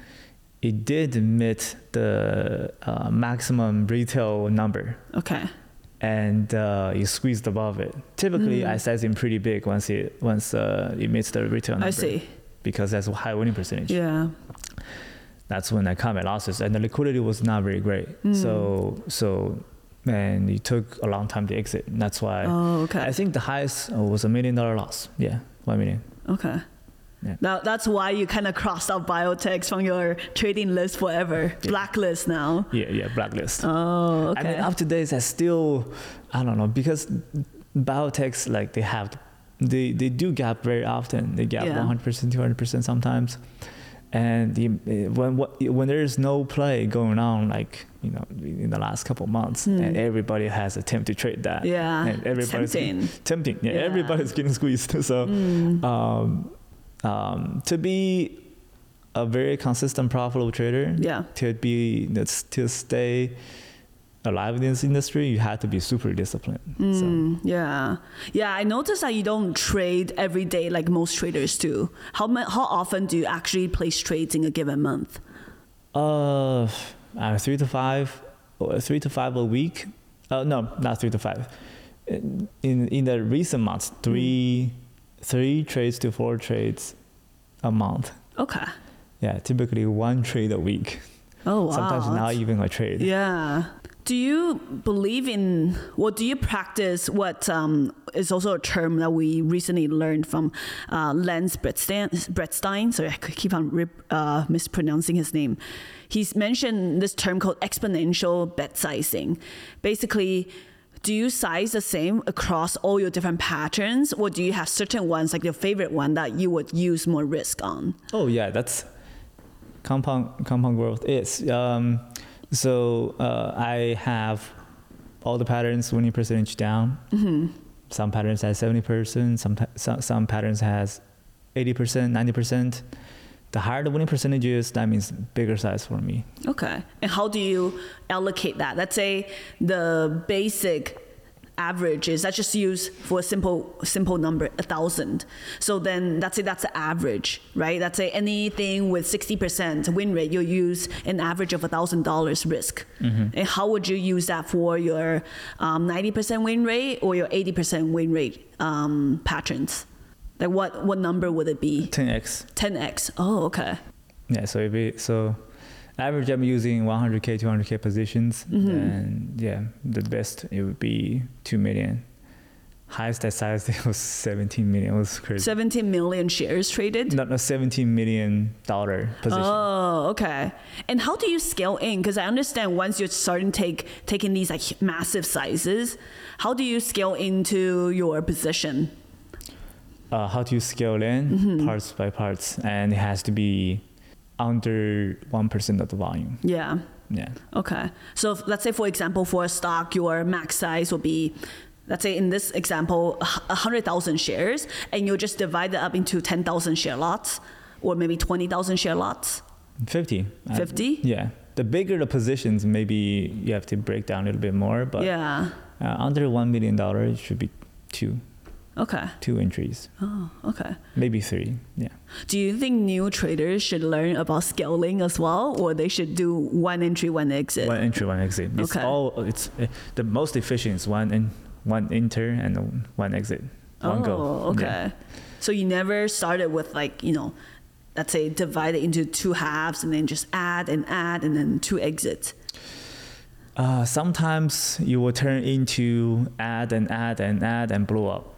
Speaker 2: it did meet the uh, maximum retail number,
Speaker 1: Okay.
Speaker 2: and uh, it squeezed above it. Typically,
Speaker 1: Mm.
Speaker 2: I size in pretty big once it once uh, it meets the retail number.
Speaker 1: I see.
Speaker 2: Because that's a high winning percentage.
Speaker 1: Yeah.
Speaker 2: That's when I come at losses, and the liquidity was not very great.
Speaker 1: Mm.
Speaker 2: So so, and it took a long time to exit. And that's why
Speaker 1: Oh, okay.
Speaker 2: I think the highest uh, was a million dollar loss. Yeah, one million.
Speaker 1: Okay.
Speaker 2: Yeah.
Speaker 1: Now that's why you kind of crossed out biotechs from your trading list forever.
Speaker 2: Yeah.
Speaker 1: Blacklist now.
Speaker 2: Yeah, yeah, blacklist.
Speaker 1: Oh, okay.
Speaker 2: I mean, up to date, I still, I don't know, because biotechs, like, they have, they, they do gap very often. They gap
Speaker 1: Yeah.
Speaker 2: 100%, 200% sometimes. And the, eh, when, what, when there's no play going on, like, you know, in the last couple of months,
Speaker 1: Hmm.
Speaker 2: and everybody has attempted to trade that.
Speaker 1: yeah.
Speaker 2: And
Speaker 1: it's
Speaker 2: everybody's
Speaker 1: tempting.
Speaker 2: Tempting. Yeah,
Speaker 1: Yeah.
Speaker 2: everybody's getting squeezed. So,
Speaker 1: Mm.
Speaker 2: um, um, to be a very consistent, profitable trader,
Speaker 1: yeah.
Speaker 2: to be that's- to stay alive in this industry, you have to be super disciplined. So
Speaker 1: Mm, yeah. Yeah. I noticed that you don't trade every day like most traders do. How mu- how often do you actually place trades in a given month?
Speaker 2: uh, uh, three to five, or three to five a week. Uh, no, not three to five. In in the recent months, three three trades to four trades a month.
Speaker 1: Okay.
Speaker 2: Yeah, typically one trade a week.
Speaker 1: Oh wow.
Speaker 2: Sometimes not
Speaker 1: that's-
Speaker 2: even a trade.
Speaker 1: Yeah. Do you believe in, or do you practice what um, is also a term that we recently learned from uh, Lance Bretstein, Bretstein? Sorry, I could keep on rip, uh, mispronouncing his name. He's mentioned this term called exponential bet sizing. Basically, do you size the same across all your different patterns, or do you have certain ones, like your favorite one, that you would use more risk on?
Speaker 2: Oh yeah, that's compound compound growth is. Um, so uh, I have all the patterns winning percentage down.
Speaker 1: Mm-hmm.
Speaker 2: Some patterns has seventy percent. Some, pa- some some patterns has eighty percent, ninety percent. The higher the winning percentage is, that means bigger size for me.
Speaker 1: Okay. And how do you allocate that? Let's say the basic average is let's just use for a simple simple number a thousand. So then let's say that's the average, right? Let's say anything with sixty percent win rate, you'll use an average of a thousand dollars risk. And how would you use that for your um, ninety percent win rate or your eighty percent win rate um, patterns? Like what what number would it be?
Speaker 2: Ten x.
Speaker 1: Ten x. Oh, okay.
Speaker 2: Yeah. So if it, so average, I'm using one hundred k, two hundred k positions,
Speaker 1: Mm-hmm.
Speaker 2: and yeah, the best it would be two million. Highest I sized it was seventeen million. It was crazy.
Speaker 1: Seventeen million shares traded.
Speaker 2: No, no, seventeen million dollar position.
Speaker 1: Oh, okay. And how do you scale in? Because I understand once you're starting take taking these like massive sizes, how do you scale into your position?
Speaker 2: Uh, how do you scale in
Speaker 1: Mm-hmm.
Speaker 2: parts by parts? And it has to be under one percent of the volume.
Speaker 1: Yeah.
Speaker 2: Yeah.
Speaker 1: Okay. So if, let's say, for example, for a stock, your max size will be, let's say in this example, a hu- a hundred thousand shares, and you just divide it up into ten thousand share lots, or maybe twenty thousand share lots,
Speaker 2: Fifty. Uh,
Speaker 1: fifty.
Speaker 2: yeah. The bigger the positions, maybe you have to break down a little bit more. But
Speaker 1: yeah.
Speaker 2: uh, under one million dollar, it should be two,
Speaker 1: Okay.
Speaker 2: two entries,
Speaker 1: Oh, okay.
Speaker 2: maybe three. Yeah.
Speaker 1: Do you think new traders should learn about scaling as well, or they should do one entry, one exit?
Speaker 2: One entry, one exit. It's
Speaker 1: Okay.
Speaker 2: all. It's uh, the most efficient is one in, one enter and one exit. One
Speaker 1: oh,
Speaker 2: go.
Speaker 1: okay.
Speaker 2: Yeah.
Speaker 1: So you never started with like you know, let's say divide it into two halves and then just add and add and then two exits.
Speaker 2: Uh, sometimes you will turn into add and add and add and blow up.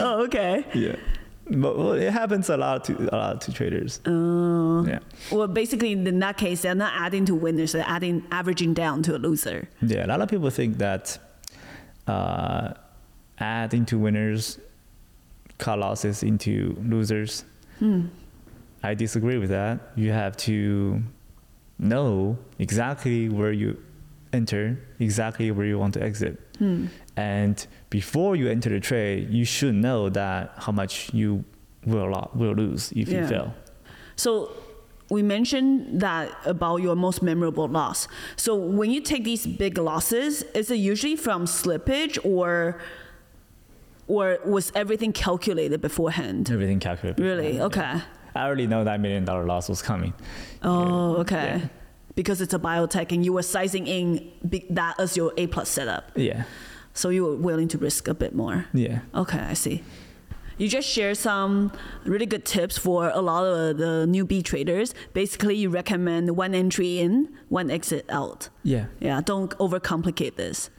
Speaker 1: Oh, okay.
Speaker 2: Yeah, but well, it happens a lot to a lot to traders.
Speaker 1: Oh.
Speaker 2: Yeah,
Speaker 1: Well, basically in that case, they're not adding to winners; they're adding averaging down to a loser.
Speaker 2: yeah. A lot of people think that uh, add into winners, cut losses into losers.
Speaker 1: Hmm.
Speaker 2: I disagree with that. You have to know exactly where you enter, exactly where you want to exit.
Speaker 1: Hmm.
Speaker 2: And before you enter the trade, you should know that how much you will lo- will lose if
Speaker 1: Yeah.
Speaker 2: you fail.
Speaker 1: So we mentioned that about your most memorable loss. So when you take these big losses, is it usually from slippage or or was everything calculated beforehand?
Speaker 2: Everything calculated.
Speaker 1: Really? Okay.
Speaker 2: I already know that million dollar loss was coming.
Speaker 1: Oh, okay.
Speaker 2: Yeah.
Speaker 1: Because it's a biotech and you were sizing in be- that as your A plus setup.
Speaker 2: Yeah.
Speaker 1: So you were willing to risk a bit more.
Speaker 2: Yeah.
Speaker 1: Okay, I see. You just share some really good tips for a lot of the newbie traders. Basically, you recommend one entry in, one exit out.
Speaker 2: Yeah.
Speaker 1: Yeah, don't overcomplicate this.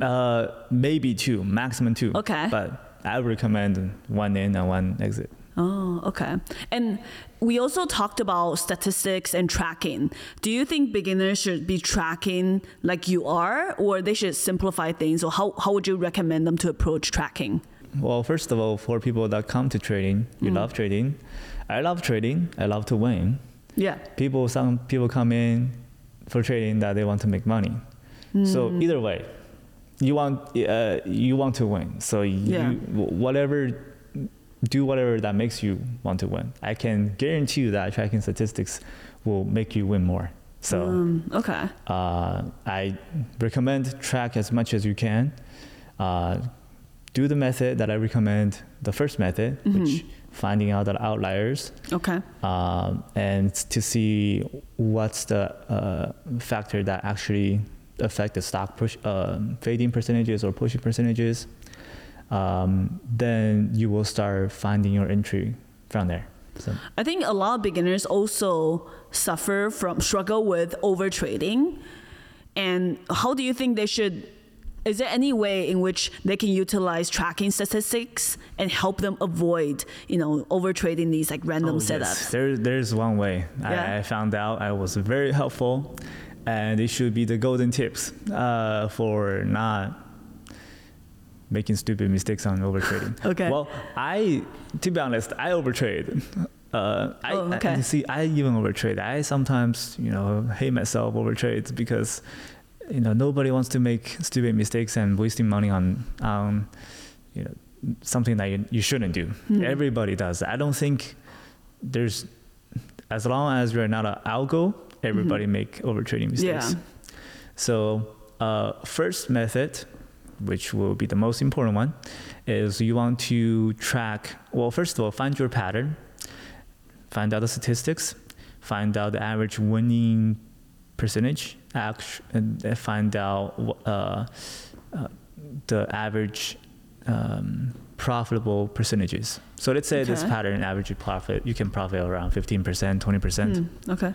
Speaker 2: Uh, maybe two, maximum two.
Speaker 1: Okay.
Speaker 2: But I would recommend one in and one exit.
Speaker 1: Oh, okay. And we also talked about statistics and tracking. Do you think beginners should be tracking like you are, or they should simplify things, or how, how would you recommend them to approach tracking?
Speaker 2: Well, first of all, for people that come to trading, you
Speaker 1: Mm.
Speaker 2: love trading. I love trading. I love to win.
Speaker 1: Yeah.
Speaker 2: People, some people come in for trading that they want to make money. So
Speaker 1: Mm.
Speaker 2: either way, you want uh, you want to win. So you
Speaker 1: Yeah.
Speaker 2: wh- whatever do whatever that makes you want to win. I can guarantee you that tracking statistics will make you win more. So.
Speaker 1: Um, okay.
Speaker 2: Uh, I recommend track as much as you can. Uh, do the method that I recommend, the first method, which finding out the outliers
Speaker 1: Okay.
Speaker 2: um, and to see what's the uh, factor that actually affect the stock push, um fading percentages or pushing percentages. Um, then you will start finding your entry from there. So,
Speaker 1: I think a lot of beginners also suffer from struggle with over trading. And how do you think they should? Is there any way in which they can utilize tracking statistics and help them avoid, you know, over trading these like random
Speaker 2: Oh,
Speaker 1: setups?
Speaker 2: yes. There, there's one way.
Speaker 1: Yeah.
Speaker 2: I, I found out I was very helpful, and it should be the golden tips uh, for not making stupid mistakes on overtrading.
Speaker 1: Okay.
Speaker 2: Well, I, to be honest, I overtrade. Uh, I,
Speaker 1: Oh,
Speaker 2: I-
Speaker 1: okay.
Speaker 2: you see, I even overtrade. I sometimes, you know, hate myself overtrades because, you know, nobody wants to make stupid mistakes and wasting money on, um, you know, something that you, you shouldn't do.
Speaker 1: Hmm.
Speaker 2: Everybody does. I don't think there's as long as you're not an algo, everybody make overtrading mistakes.
Speaker 1: Mm-hmm. Yeah.
Speaker 2: So uh, first method, which will be the most important one, is you want to track. Well, first of all, find your pattern, find out the statistics, find out the average winning percentage, act, and uh, find out wh- uh, uh, the average um, profitable percentages. So let's say this
Speaker 1: Okay.
Speaker 2: pattern average profit, you can profit around 15%, 20%.
Speaker 1: Hmm, okay.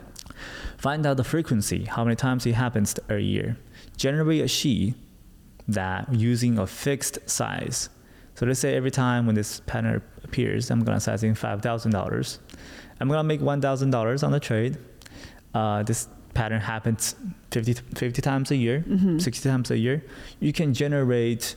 Speaker 2: Find out the frequency, how many times it happens a year. Generate a sheet that using a fixed size. So let's say every time when this pattern appears, I'm gonna size in five thousand dollars. I'm gonna make one thousand dollars on the trade. Uh, this pattern happens 50, 50 times a year,
Speaker 1: Mhm.
Speaker 2: 60 times a year. You can generate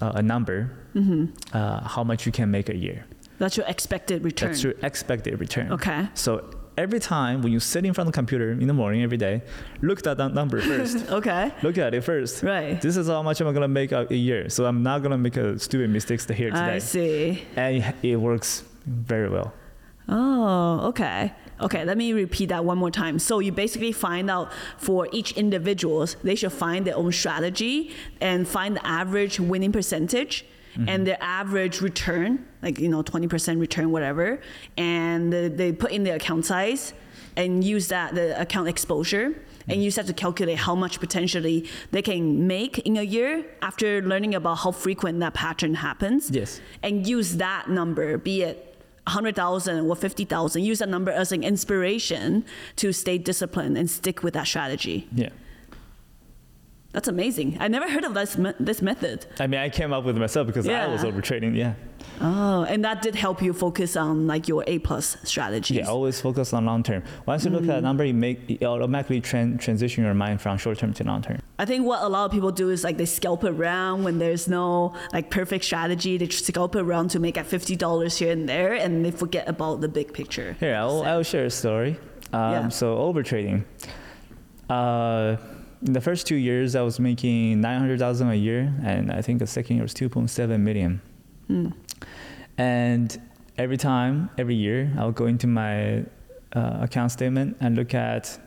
Speaker 2: uh, a number,
Speaker 1: hmm
Speaker 2: uh, how much you can make a year.
Speaker 1: That's your expected return.
Speaker 2: That's your expected return.
Speaker 1: Okay.
Speaker 2: So every time when you sit in front of the computer in the morning every day, look at that number first.
Speaker 1: Okay.
Speaker 2: look at it first.
Speaker 1: Right.
Speaker 2: This is how much I'm gonna make a, a year. So I'm not gonna make a stupid mistakes here
Speaker 1: I
Speaker 2: today.
Speaker 1: see.
Speaker 2: And it works very well.
Speaker 1: Oh, okay. Okay, let me repeat that one more time. So you basically find out for each individuals, they should find their own strategy and find the average winning percentage and their average return, like you know, 20% return whatever, and they- they put in their account size and use that the account exposure and you just have to calculate how much potentially they can make in a year after learning about how frequent that pattern happens
Speaker 2: Yes.
Speaker 1: and use that number, be it 100,000 or 50,000, use that number as an inspiration to stay disciplined and stick with that strategy.
Speaker 2: Yeah.
Speaker 1: That's amazing. I never heard of this, me- this method.
Speaker 2: I mean, I came up with it myself because I was
Speaker 1: Yeah.
Speaker 2: over trading. Yeah.
Speaker 1: Oh, and that did help you focus on like your A plus strategies.
Speaker 2: Yeah, always focus on long term. Once you look
Speaker 1: Mm.
Speaker 2: at a number, you make you automatically tran- transition your mind from short term to long term.
Speaker 1: I think what a lot of people do is like they scalp around when there's no like perfect strategy. They scalp around to make at fifty dollars here and there, and they forget about the big picture.
Speaker 2: Here, I'll, I'll share a story. Um,
Speaker 1: Yeah.
Speaker 2: So over trading. Uh, in the first two years, I was making nine hundred thousand a year, and I think the second year was two point seven million. And every time, every year, I'll go into my uh, account statement and look at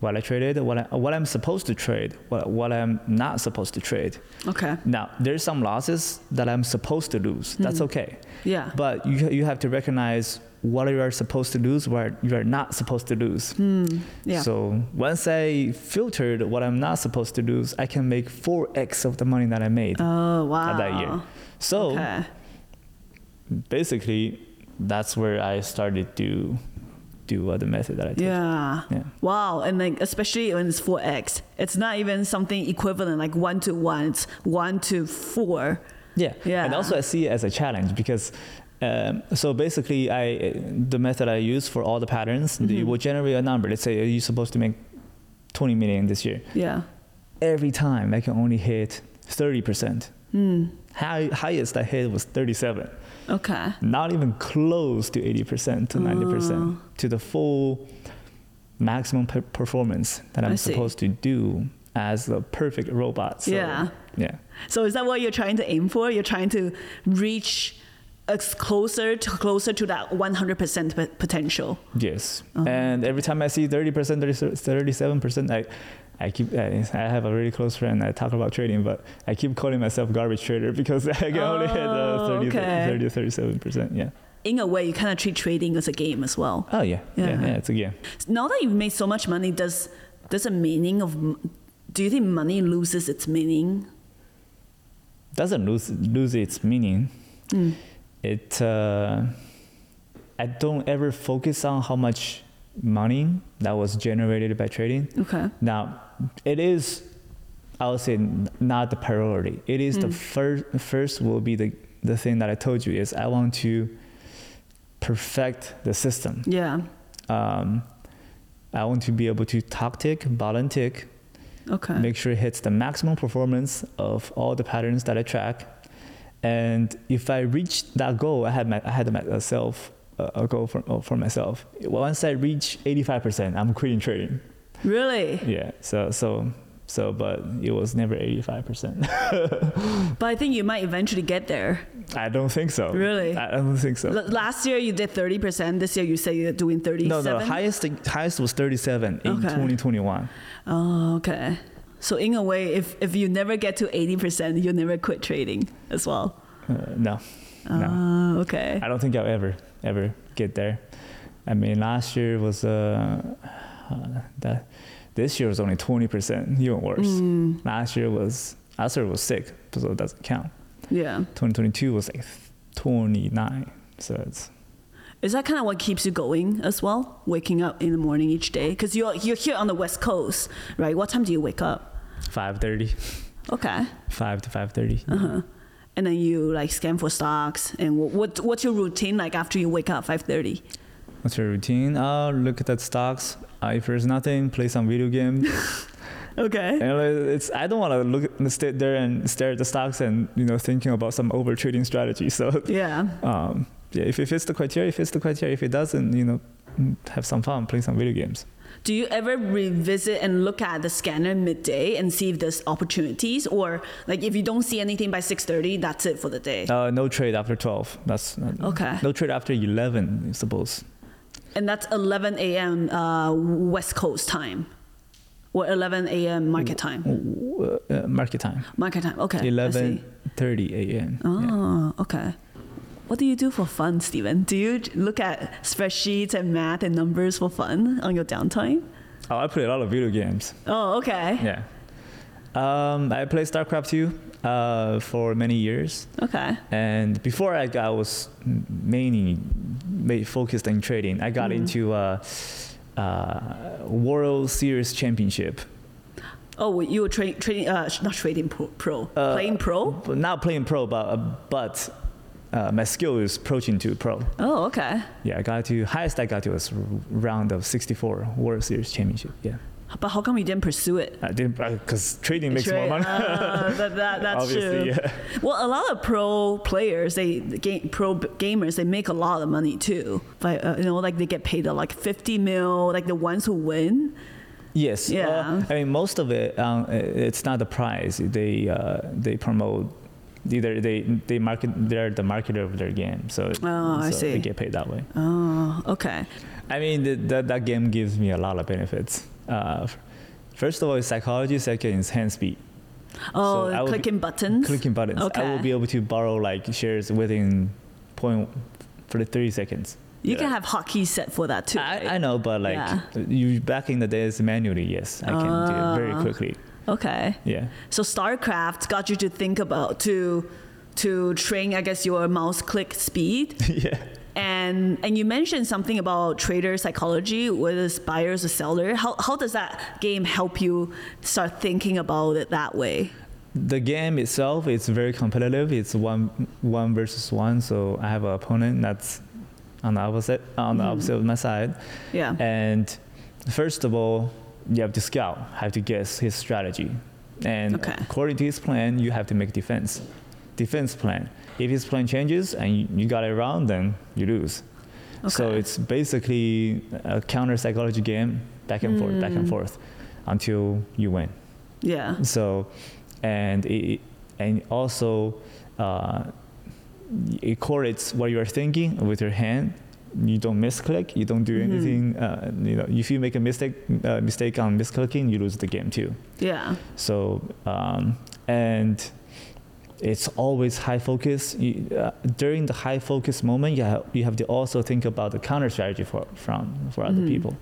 Speaker 2: what I traded, what I, what I'm supposed to trade, what what I'm not supposed to trade.
Speaker 1: Okay.
Speaker 2: Now, there's some losses that I'm supposed to lose. That's okay.
Speaker 1: Yeah.
Speaker 2: But you, you have to recognize what you are supposed to lose, what you are not supposed to lose.
Speaker 1: Hmm, yeah.
Speaker 2: So once I filtered what I'm not supposed to lose, I can make 4x of the money that I made
Speaker 1: oh wow.
Speaker 2: at that year. So
Speaker 1: Okay.
Speaker 2: basically, that's where I started to do uh, the method that I did.
Speaker 1: Yeah.
Speaker 2: Yeah.
Speaker 1: Wow. And like especially when it's four x, it's not even something equivalent like one to one. It's one to four.
Speaker 2: Yeah.
Speaker 1: Yeah.
Speaker 2: And also, I see it as a challenge because. Um, so basically, I the method I use for all the patterns, you
Speaker 1: Mm-hmm.
Speaker 2: will generate a number. Let's say you're supposed to make 20 million this year.
Speaker 1: Yeah.
Speaker 2: Every time I can only hit 30 percent.
Speaker 1: Hmm.
Speaker 2: High, highest I hit was 37.
Speaker 1: Okay.
Speaker 2: Not even close to 80 percent to 90
Speaker 1: Oh.
Speaker 2: percent to the full maximum per- performance that I'm
Speaker 1: I see.
Speaker 2: supposed to do as a perfect robot. So,
Speaker 1: Yeah.
Speaker 2: Yeah.
Speaker 1: So is that what you're trying to aim for? You're trying to reach as closer to closer to that 100% p- potential.
Speaker 2: Yes.
Speaker 1: Uh-huh.
Speaker 2: And every time I see 30%, 37%, I, I keep, I, I have a really close friend. I talk about trading, but I keep calling myself garbage trader because I can only hit uh,
Speaker 1: Oh,
Speaker 2: 30,
Speaker 1: okay.
Speaker 2: 30, 37%. Yeah.
Speaker 1: In a way, you kind of treat trading as a game as well.
Speaker 2: Oh, yeah. Yeah.
Speaker 1: Yeah.
Speaker 2: Yeah. it's a game.
Speaker 1: Now that you've made so much money, does does a meaning of m- do you think money loses its meaning?
Speaker 2: Doesn't lose, lose its meaning.
Speaker 1: Hmm.
Speaker 2: It, uh, I don't ever focus on how much money that was generated by trading.
Speaker 1: Okay.
Speaker 2: Now, it is, I would say, n- not the priority. It is the first. First will be the the thing that I told you is I want to perfect the system.
Speaker 1: Yeah.
Speaker 2: Um, I want to be able to top tick, bottom tick,
Speaker 1: Okay.
Speaker 2: make sure it hits the maximum performance of all the patterns that I track. And if I reach that goal, I had my, I had myself uh, a goal for, for myself. Once I reach 85%, I'm quitting trading.
Speaker 1: really?
Speaker 2: Yeah. So so so, but it was never eighty five percent.
Speaker 1: But I think you might eventually get there.
Speaker 2: I don't think so.
Speaker 1: Really?
Speaker 2: I don't think so.
Speaker 1: L- last year you did 30%. This year you say you're doing 37.
Speaker 2: No, no. Highest highest was thirty seven in
Speaker 1: Okay.
Speaker 2: twenty twenty one.
Speaker 1: Oh, okay. So in a way, if, if you never get to 80%, you'll never quit trading as well.
Speaker 2: Uh, No, no.
Speaker 1: Ah, okay.
Speaker 2: I don't think I'll ever ever get there. I mean, last year was uh, uh that. This year was only twenty percent, even worse. Last year was last year was sick, so it doesn't count.
Speaker 1: Yeah.
Speaker 2: Twenty twenty two was like twenty nine, so it's
Speaker 1: Is that kind of what keeps you going as well? Waking up in the morning each day? Because you're, you're here on the West Coast, right? What time do you wake up?
Speaker 2: five thirty,
Speaker 1: Okay.
Speaker 2: five to five thirty.
Speaker 1: Uh-huh. And then you like scan for stocks. And what, what what's your routine like after you wake up 5.30?
Speaker 2: What's your routine? Uh, look at that stocks. Uh, if there's nothing, play some video game.
Speaker 1: Okay.
Speaker 2: and like, it's I don't want to look and stay there and stare at the stocks and you know thinking about some over trading strategy. So
Speaker 1: Yeah.
Speaker 2: um, yeah, if it fits the criteria, it fits the criteria. If it doesn't, you know, mm, have some fun, play some video games.
Speaker 1: Do you ever revisit and look at the scanner midday and see if there's opportunities or like if you don't see anything by 6:30, that's it for the day?
Speaker 2: Uh, no trade after twelve. That's uh,
Speaker 1: Okay.
Speaker 2: No trade after eleven, I suppose.
Speaker 1: And that's 11 a.m. Uh, West Coast time or 11 a.m. market time.
Speaker 2: W- Uh, market time
Speaker 1: Market time. Okay. I see.
Speaker 2: eleven thirty a.m.
Speaker 1: Oh,
Speaker 2: Yeah.
Speaker 1: okay. What do you do for fun, Stephen? Do you j- look at spreadsheets and math and numbers for fun on your downtime?
Speaker 2: Oh, I play a lot of video games.
Speaker 1: Oh, okay.
Speaker 2: Yeah. Um, I played StarCraft 2 uh, for many years.
Speaker 1: Okay.
Speaker 2: And before I, got, I was mainly ma- focused on trading, I
Speaker 1: Mm-hmm.
Speaker 2: got into uh, uh, World Series Championship.
Speaker 1: Oh, you were trading, trading uh, not trading pro, pro
Speaker 2: Uh,
Speaker 1: playing pro.
Speaker 2: But not playing pro, but but uh, my skill is approaching to pro.
Speaker 1: Oh, okay.
Speaker 2: Yeah, I got to highest I got to was r- round of 64 World Series championship. Yeah,
Speaker 1: But how come you didn't pursue it?
Speaker 2: I didn't because trading makes
Speaker 1: Trade-
Speaker 2: more money.
Speaker 1: Ah, that, that, that's
Speaker 2: Obviously,
Speaker 1: true.
Speaker 2: yeah.
Speaker 1: Well, a lot of pro players, they the game, pro b- gamers, they make a lot of money too. But uh, you know, like they get paid uh, like fifty mil. Like the ones who win.
Speaker 2: Yes.
Speaker 1: Yeah.
Speaker 2: Uh, I mean, most of it, um, i- it's not the price. They uh, they promote either they they market they're the marketer of their game, so
Speaker 1: Oh, I
Speaker 2: so
Speaker 1: see.
Speaker 2: they get paid that way.
Speaker 1: Oh, okay.
Speaker 2: I mean, th- that that game gives me a lot of benefits. Uh, f- first of all, it's psychology. Second is hand speed.
Speaker 1: Oh,
Speaker 2: So I would be-
Speaker 1: clicking buttons.
Speaker 2: Clicking buttons. I
Speaker 1: Mm-hmm. Okay.
Speaker 2: will be able to borrow like shares within point for the thirty seconds.
Speaker 1: you can
Speaker 2: Yeah.
Speaker 1: have hotkey set for that too.
Speaker 2: I,
Speaker 1: right?
Speaker 2: I know, but like
Speaker 1: Yeah.
Speaker 2: you back in the days manually, yes, I can do it
Speaker 1: Ah.
Speaker 2: very quickly.
Speaker 1: okay.
Speaker 2: Yeah.
Speaker 1: So StarCraft got you to think about to to train, I guess, your mouse click speed.
Speaker 2: yeah.
Speaker 1: And and you mentioned something about trader psychology, whether it's buyers or seller. How how does that game help you start thinking about it that way?
Speaker 2: the game itself is very competitive. It's one one versus one, so I have an opponent that's on the opposite on the
Speaker 1: Mhm.
Speaker 2: opposite of my side.
Speaker 1: Yeah.
Speaker 2: And first of all, you have to scout, have to guess his strategy, and
Speaker 1: Okay.
Speaker 2: according to his plan, you have to make defense, defense plan. If his plan changes and you, you got it wrong, then you lose. So
Speaker 1: Okay.
Speaker 2: it's basically a counter psychology game, back and forth, back and
Speaker 1: Mm.
Speaker 2: forth, until you win.
Speaker 1: Yeah.
Speaker 2: So, and it, and also, uh, it correlates what you are thinking with your hand. You don't misclick. You don't do
Speaker 1: Mhm.
Speaker 2: anything. Uh, you know, if you make a mistake, uh, mistake on misclicking, you lose the game too.
Speaker 1: Yeah.
Speaker 2: So, um, and it's always high focus. You, uh, during the high focus moment, you have, you have to also think about the counter strategy for from for other
Speaker 1: Mhm.
Speaker 2: people.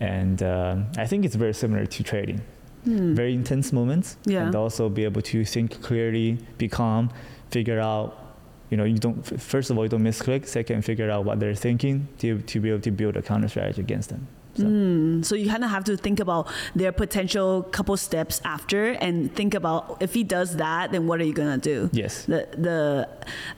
Speaker 2: And uh, I think it's very similar to trading
Speaker 1: Hmm.
Speaker 2: very intense moments
Speaker 1: Yeah.
Speaker 2: and also be able to think clearly be calm figure out you know you don't f- first of all you don't misclick second figure out what they're thinking to, to be able to build a counter strategy against them so-
Speaker 1: Mm, so you kind of have to think about their potential couple steps after, and think about if he does that, then what are you gonna do?
Speaker 2: yes
Speaker 1: The the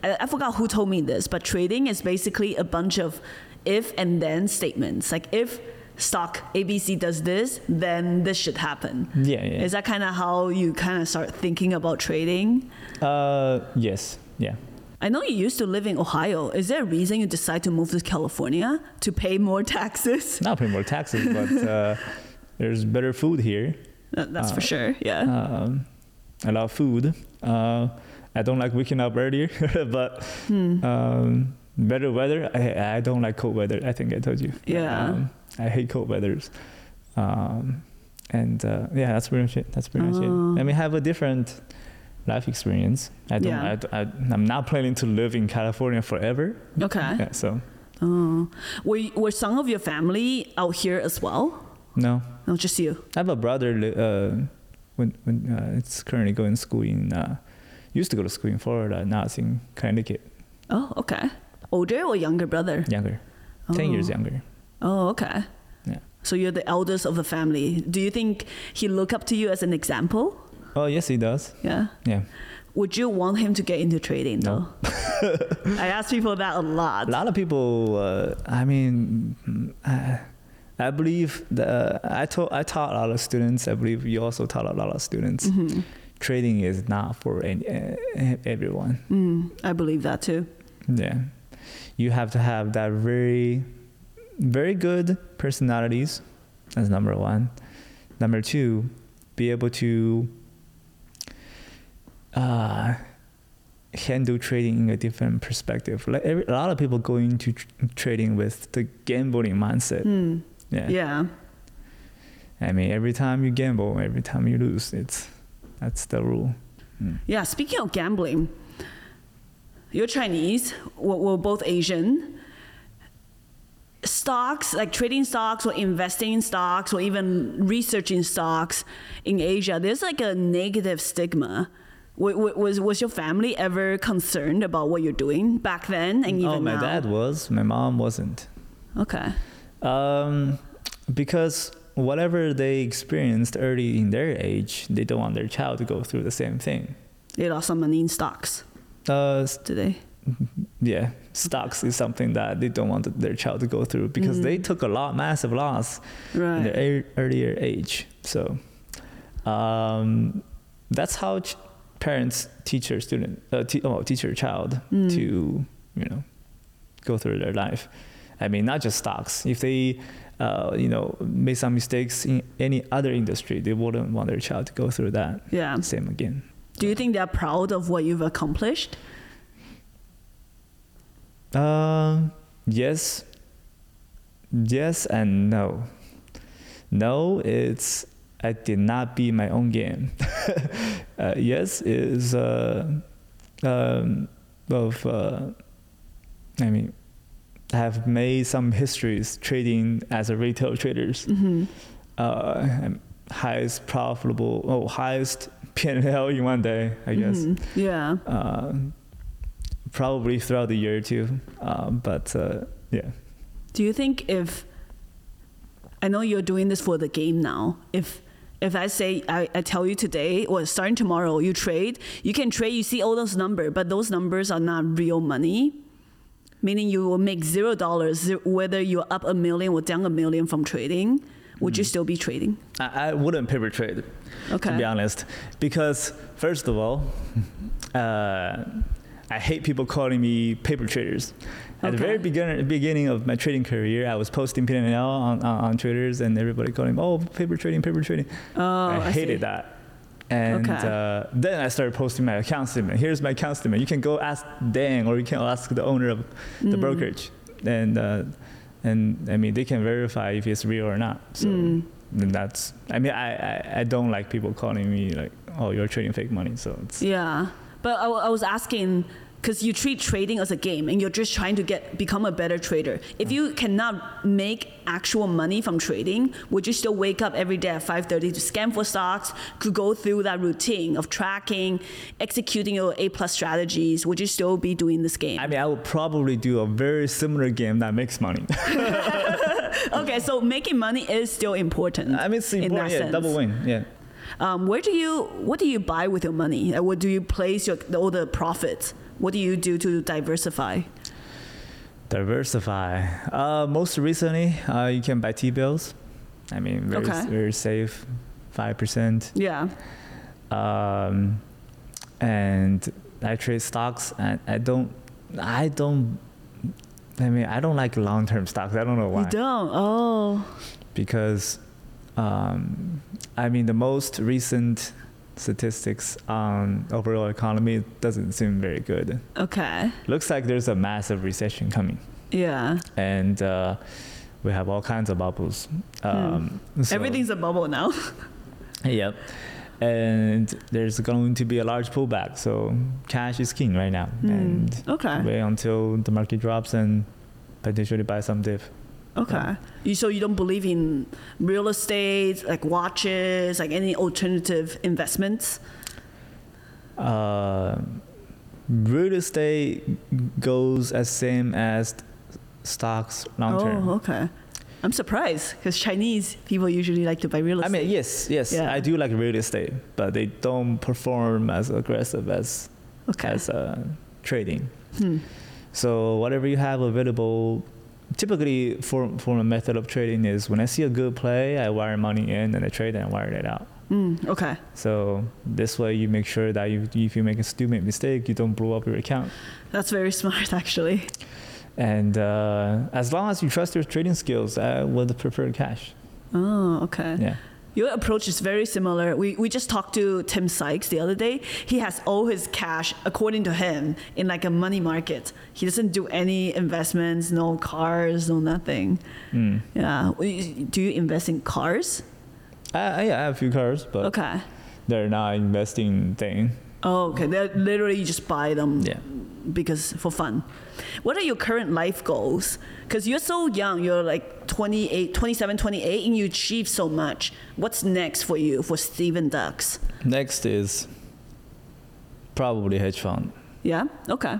Speaker 1: I, I forgot who told me this, but trading is basically a bunch of if and then statements. Like if stock ABC does this, then this should happen.
Speaker 2: yeah yeah
Speaker 1: Is that kind of how you kind of start thinking about trading?
Speaker 2: uh yes yeah
Speaker 1: I know you used to live in Ohio. Is there a reason you decide to move to California to pay more taxes?
Speaker 2: not paying more taxes but uh there's better food here
Speaker 1: That- That's for
Speaker 2: Uh,
Speaker 1: sure. Yeah.
Speaker 2: um i love food uh i don't like waking up earlier but
Speaker 1: Hmm.
Speaker 2: um better weather i i don't like cold weather i think i told you
Speaker 1: Yeah.
Speaker 2: um, i hate cold weathers um and uh yeah that's pretty much it that's pretty much
Speaker 1: Oh.
Speaker 2: it i mean have a different life experience i don't
Speaker 1: Yeah.
Speaker 2: I, am not planning to live in california forever
Speaker 1: Okay.
Speaker 2: uh, yeah, so
Speaker 1: Oh. Were, you- were some of your family out here as well?
Speaker 2: no
Speaker 1: No, just you.
Speaker 2: i have a brother li- uh when when uh, it's currently going to school in uh used to go to school in florida now it's in connecticut
Speaker 1: Oh, okay. Older or younger brother?
Speaker 2: younger 10 years
Speaker 1: Oh.
Speaker 2: younger
Speaker 1: Oh, okay.
Speaker 2: Yeah.
Speaker 1: So you're the eldest of the family. Do you think he look up to you as an example?
Speaker 2: oh yes he does
Speaker 1: Yeah.
Speaker 2: yeah
Speaker 1: Would you want him to get into trading
Speaker 2: No.
Speaker 1: though? I ask people that a lot.
Speaker 2: a lot of people uh, i mean mm, I, I believe the i taught i taught a lot of students i believe you also taught a lot of students
Speaker 1: Mhm.
Speaker 2: trading is not for any, uh, everyone
Speaker 1: Mm, I believe that too.
Speaker 2: yeah you have to have that very very good personalities that's number one number two be able to uh, handle trading in a different perspective like every, a lot of people go into tr- trading with the gambling mindset
Speaker 1: Hmm.
Speaker 2: yeah.
Speaker 1: Yeah.
Speaker 2: i mean every time you gamble every time you lose it's that's the rule Mm.
Speaker 1: Yeah. Speaking of gambling, you're Chinese. We're, we're both Asian. Stocks, like trading stocks or investing in stocks or even researching stocks in Asia, there's like a negative stigma. W- w- was was your family ever concerned about what you're doing back then and even
Speaker 2: oh my
Speaker 1: now?
Speaker 2: dad was my mom wasn't
Speaker 1: Okay.
Speaker 2: Um, because whatever they experienced early in their age, they don't want their child to go through the same thing.
Speaker 1: They lost some money in stocks
Speaker 2: Uh, s-
Speaker 1: today.
Speaker 2: yeah, stocks is something that they don't want their child to go through because they took a lot, massive loss in
Speaker 1: Right.
Speaker 2: their ear- earlier age. So um, that's how ch- parents teach their student, uh, te- oh, teach their child to you know go through their life. I mean, not just stocks. If they uh, you know made some mistakes in any other industry, they wouldn't want their child to go through that
Speaker 1: Yeah.
Speaker 2: same again.
Speaker 1: Do you think they're proud of what you've accomplished?
Speaker 2: Um, yes. Yes and no. No, it's I did not beat my own game. uh, yes is uh, um, of uh, I mean, I have made some histories trading as a retail traders.
Speaker 1: Mm-hmm.
Speaker 2: Uh, I'm highest profitable, oh highest P&L in one day, I guess
Speaker 1: Mm-hmm. Hmm. Yeah.
Speaker 2: uh, probably throughout the year too. Um, but uh, yeah,
Speaker 1: Do you think if I know you're doing this for the game now, if if I say I, I tell you today or starting tomorrow you trade, you can trade, you see all those numbers, but those numbers are not real money. Meaning you will make zero dollars whether you're up a million or down a million from trading, would you still be trading?
Speaker 2: I, I wouldn't paper trade Hmm. to be
Speaker 1: Okay.
Speaker 2: honest, because first of all, uh, I hate people calling me paper traders. At the
Speaker 1: Okay.
Speaker 2: very beginning, beginning of my trading career, I was posting PNL on, on, on traders, and everybody calling me, "Oh, paper trading, paper trading."
Speaker 1: Oh, I,
Speaker 2: I
Speaker 1: see.
Speaker 2: hated that. And
Speaker 1: Okay.
Speaker 2: uh, then I started posting my account statement. Here's my account statement. You can go ask Dan or you can ask the owner of the
Speaker 1: Mm.
Speaker 2: brokerage. And, uh, and I mean, they can verify if it's real or not. So
Speaker 1: Mm.
Speaker 2: then that's, I mean, I, I, I don't like people calling me like, oh, you're trading fake money. So it's,
Speaker 1: Yeah, but I, I was asking because you treat trading as a game and you're just trying to get become a better trader. If you cannot make actual money from trading, would you still wake up every day at 5:30 to scan for stocks? Could go through that routine of tracking, executing your A plus strategies? Would you still be doing this game?
Speaker 2: I mean, I would probably do a very similar game that makes money.
Speaker 1: okay, so making money is still important.
Speaker 2: I mean, it's
Speaker 1: in
Speaker 2: important.
Speaker 1: that
Speaker 2: Yeah,
Speaker 1: sense.
Speaker 2: double win. Yeah.
Speaker 1: Um, where do you what do you buy with your money? Uh, What do you place your all the profits? What do you do to diversify?
Speaker 2: Diversify. Uh, most recently, uh, you can buy T bills. I mean, very
Speaker 1: Okay.
Speaker 2: very safe, five percent.
Speaker 1: Yeah.
Speaker 2: Um, and I trade stocks, and I don't, I don't. I mean, I don't like long term stocks. I don't know why.
Speaker 1: You don't. Oh.
Speaker 2: Because, um, I mean, the most recent statistics on overall economy doesn't seem very good.
Speaker 1: Okay.
Speaker 2: Looks like there's a massive recession coming.
Speaker 1: Yeah.
Speaker 2: and uh, we have all kinds of bubbles.
Speaker 1: Hmm.
Speaker 2: Um, so-
Speaker 1: Everything's a bubble now.
Speaker 2: Yep. And there's going to be a large pullback, so cash is king right now, and
Speaker 1: Hmm. okay.
Speaker 2: wait until the market drops and potentially buy some div.
Speaker 1: Okay. You so you don't believe in real estate, like watches, like any alternative investments?
Speaker 2: Uh, real estate goes as same as stocks long term.
Speaker 1: Oh, okay. I'm surprised because Chinese people usually like to buy real
Speaker 2: I
Speaker 1: estate.
Speaker 2: mean, yes, yes,
Speaker 1: Yeah.
Speaker 2: I do like real estate, but they don't perform as aggressive as
Speaker 1: okay.
Speaker 2: as uh, trading.
Speaker 1: Hmm.
Speaker 2: So whatever you have available, typically for for a method of trading is when I see a good play, I wire money in and I trade and wire it out.
Speaker 1: Mm, okay.
Speaker 2: So this way you make sure that you, if you make a stupid mistake, you don't blow up your account.
Speaker 1: That's very smart, actually.
Speaker 2: And uh, as long as you trust your trading skills, uh, I would prefer cash.
Speaker 1: Oh, okay.
Speaker 2: Yeah.
Speaker 1: Your approach is very similar. We, we just talked to Tim Sykes the other day. He has all his cash, according to him, in like a money market. He doesn't do any investments, no cars, no nothing.
Speaker 2: Mm.
Speaker 1: Yeah. We- Do you invest in cars?
Speaker 2: I, I I have a few cars, but
Speaker 1: Okay.
Speaker 2: they're not investing thing.
Speaker 1: Oh, okay. They're literally you just buy them
Speaker 2: Yeah.
Speaker 1: because for fun. What are your current life goals? Because you're so young, you're like 28, 27, 28, and you achieve so much. What's next for you, for Steven Ducks?
Speaker 2: Next is probably hedge fund.
Speaker 1: Yeah? Okay.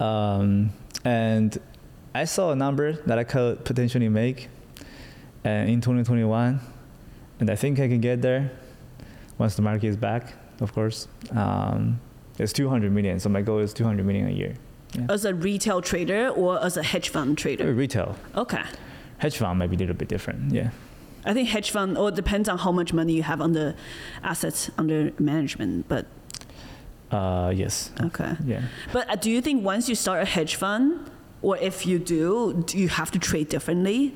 Speaker 2: um, and I saw a number that I could potentially make, and in 2021, and I think I can get there once the market is back. Of course, um, it's 200 million. So my goal is 200 million a year.
Speaker 1: as a retail trader or as a hedge fund trader?
Speaker 2: Retail,
Speaker 1: Okay.
Speaker 2: hedge fund might be a little bit different. Yeah.
Speaker 1: I think hedge fund, or it depends on how much money you have on the assets under management, but
Speaker 2: Uh, yes.
Speaker 1: okay.
Speaker 2: Yeah.
Speaker 1: But uh, do you think once you start a hedge fund, or if you do, do you have to trade differently?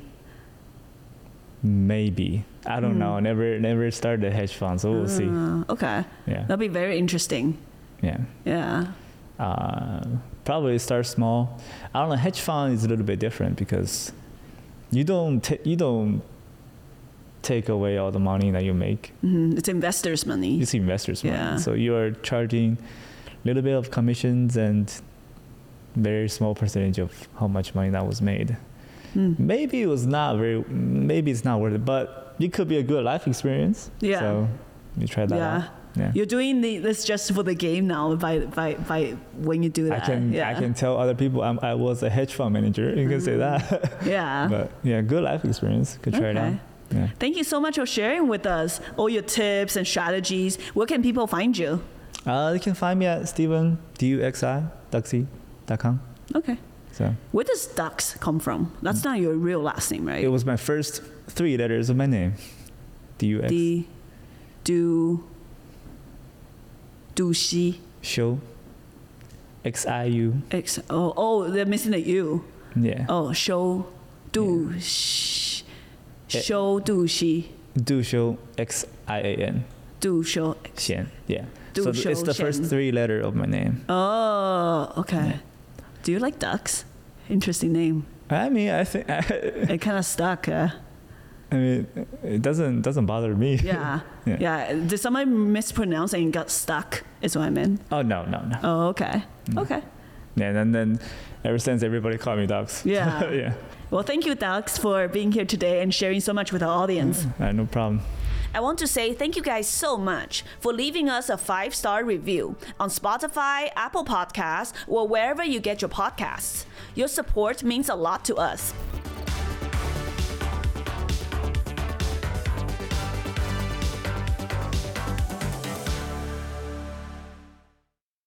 Speaker 2: Maybe. I don't
Speaker 1: Hmm.
Speaker 2: know. Never, never started a hedge fund, so Oh, we'll see.
Speaker 1: Ah, Okay.
Speaker 2: Yeah.
Speaker 1: That'd be very interesting.
Speaker 2: Yeah.
Speaker 1: Yeah.
Speaker 2: uh, probably start small. I don't know. Hedge fund is a little bit different because you don't ta- you don't take away all the money that you make.
Speaker 1: hmm It's investors' money.
Speaker 2: It's investors'
Speaker 1: Yeah.
Speaker 2: money, so you are charging a little bit of commissions and very small percentage of how much money that was made.
Speaker 1: Mm.
Speaker 2: Maybe it was not very. Maybe it's not worth it, but it could be a good life experience.
Speaker 1: Yeah.
Speaker 2: So you try that
Speaker 1: yeah.
Speaker 2: out. Yeah.
Speaker 1: You're doing the, this just for the game now. By by by, when you do
Speaker 2: I
Speaker 1: that,
Speaker 2: can
Speaker 1: yeah,
Speaker 2: I can tell other people I'm, I was a hedge fund manager. You can say
Speaker 1: Mm-hmm.
Speaker 2: that.
Speaker 1: yeah.
Speaker 2: but yeah, good life experience. Could try it out.
Speaker 1: Okay.
Speaker 2: Yeah.
Speaker 1: Thank you so much for sharing with us all your tips and strategies. Where can people find you?
Speaker 2: Uh, you can find me at Stephen D U X I Duxy dot com.
Speaker 1: Okay.
Speaker 2: So
Speaker 1: Where does Dux come from? That's not your real last name,
Speaker 2: it
Speaker 1: right?
Speaker 2: was my first three letters of my name. D U X
Speaker 1: D, do, do she
Speaker 2: show X I U.
Speaker 1: X. Oh, oh, they're missing the U.
Speaker 2: Yeah.
Speaker 1: Oh, show, do, sh,
Speaker 2: Eh.
Speaker 1: show, do she,
Speaker 2: Do show X I A N.
Speaker 1: do show.
Speaker 2: Xian. Yeah.
Speaker 1: Du
Speaker 2: so th- it's
Speaker 1: Shou
Speaker 2: the first
Speaker 1: Xian.
Speaker 2: three letter of my name.
Speaker 1: Oh, okay. Do you like ducks? Interesting name.
Speaker 2: I mean, I think I,
Speaker 1: It kind of stuck. Uh,
Speaker 2: mean it doesn't doesn't bother me.
Speaker 1: yeah. yeah.
Speaker 2: Yeah.
Speaker 1: Did someone mispronounce and got stuck? Is what I meant.
Speaker 2: Oh no no no.
Speaker 1: Oh, okay.
Speaker 2: Mm.
Speaker 1: Okay.
Speaker 2: Yeah, and then ever since everybody called me Dux.
Speaker 1: Yeah.
Speaker 2: yeah.
Speaker 1: Well, thank you, Ducks, for being here today and sharing so much with our audience.
Speaker 2: Uh, no problem.
Speaker 1: I want to say thank you guys so much for leaving us a five star review on Spotify, Apple Podcasts, or wherever you get your podcasts. Your support means a lot to us.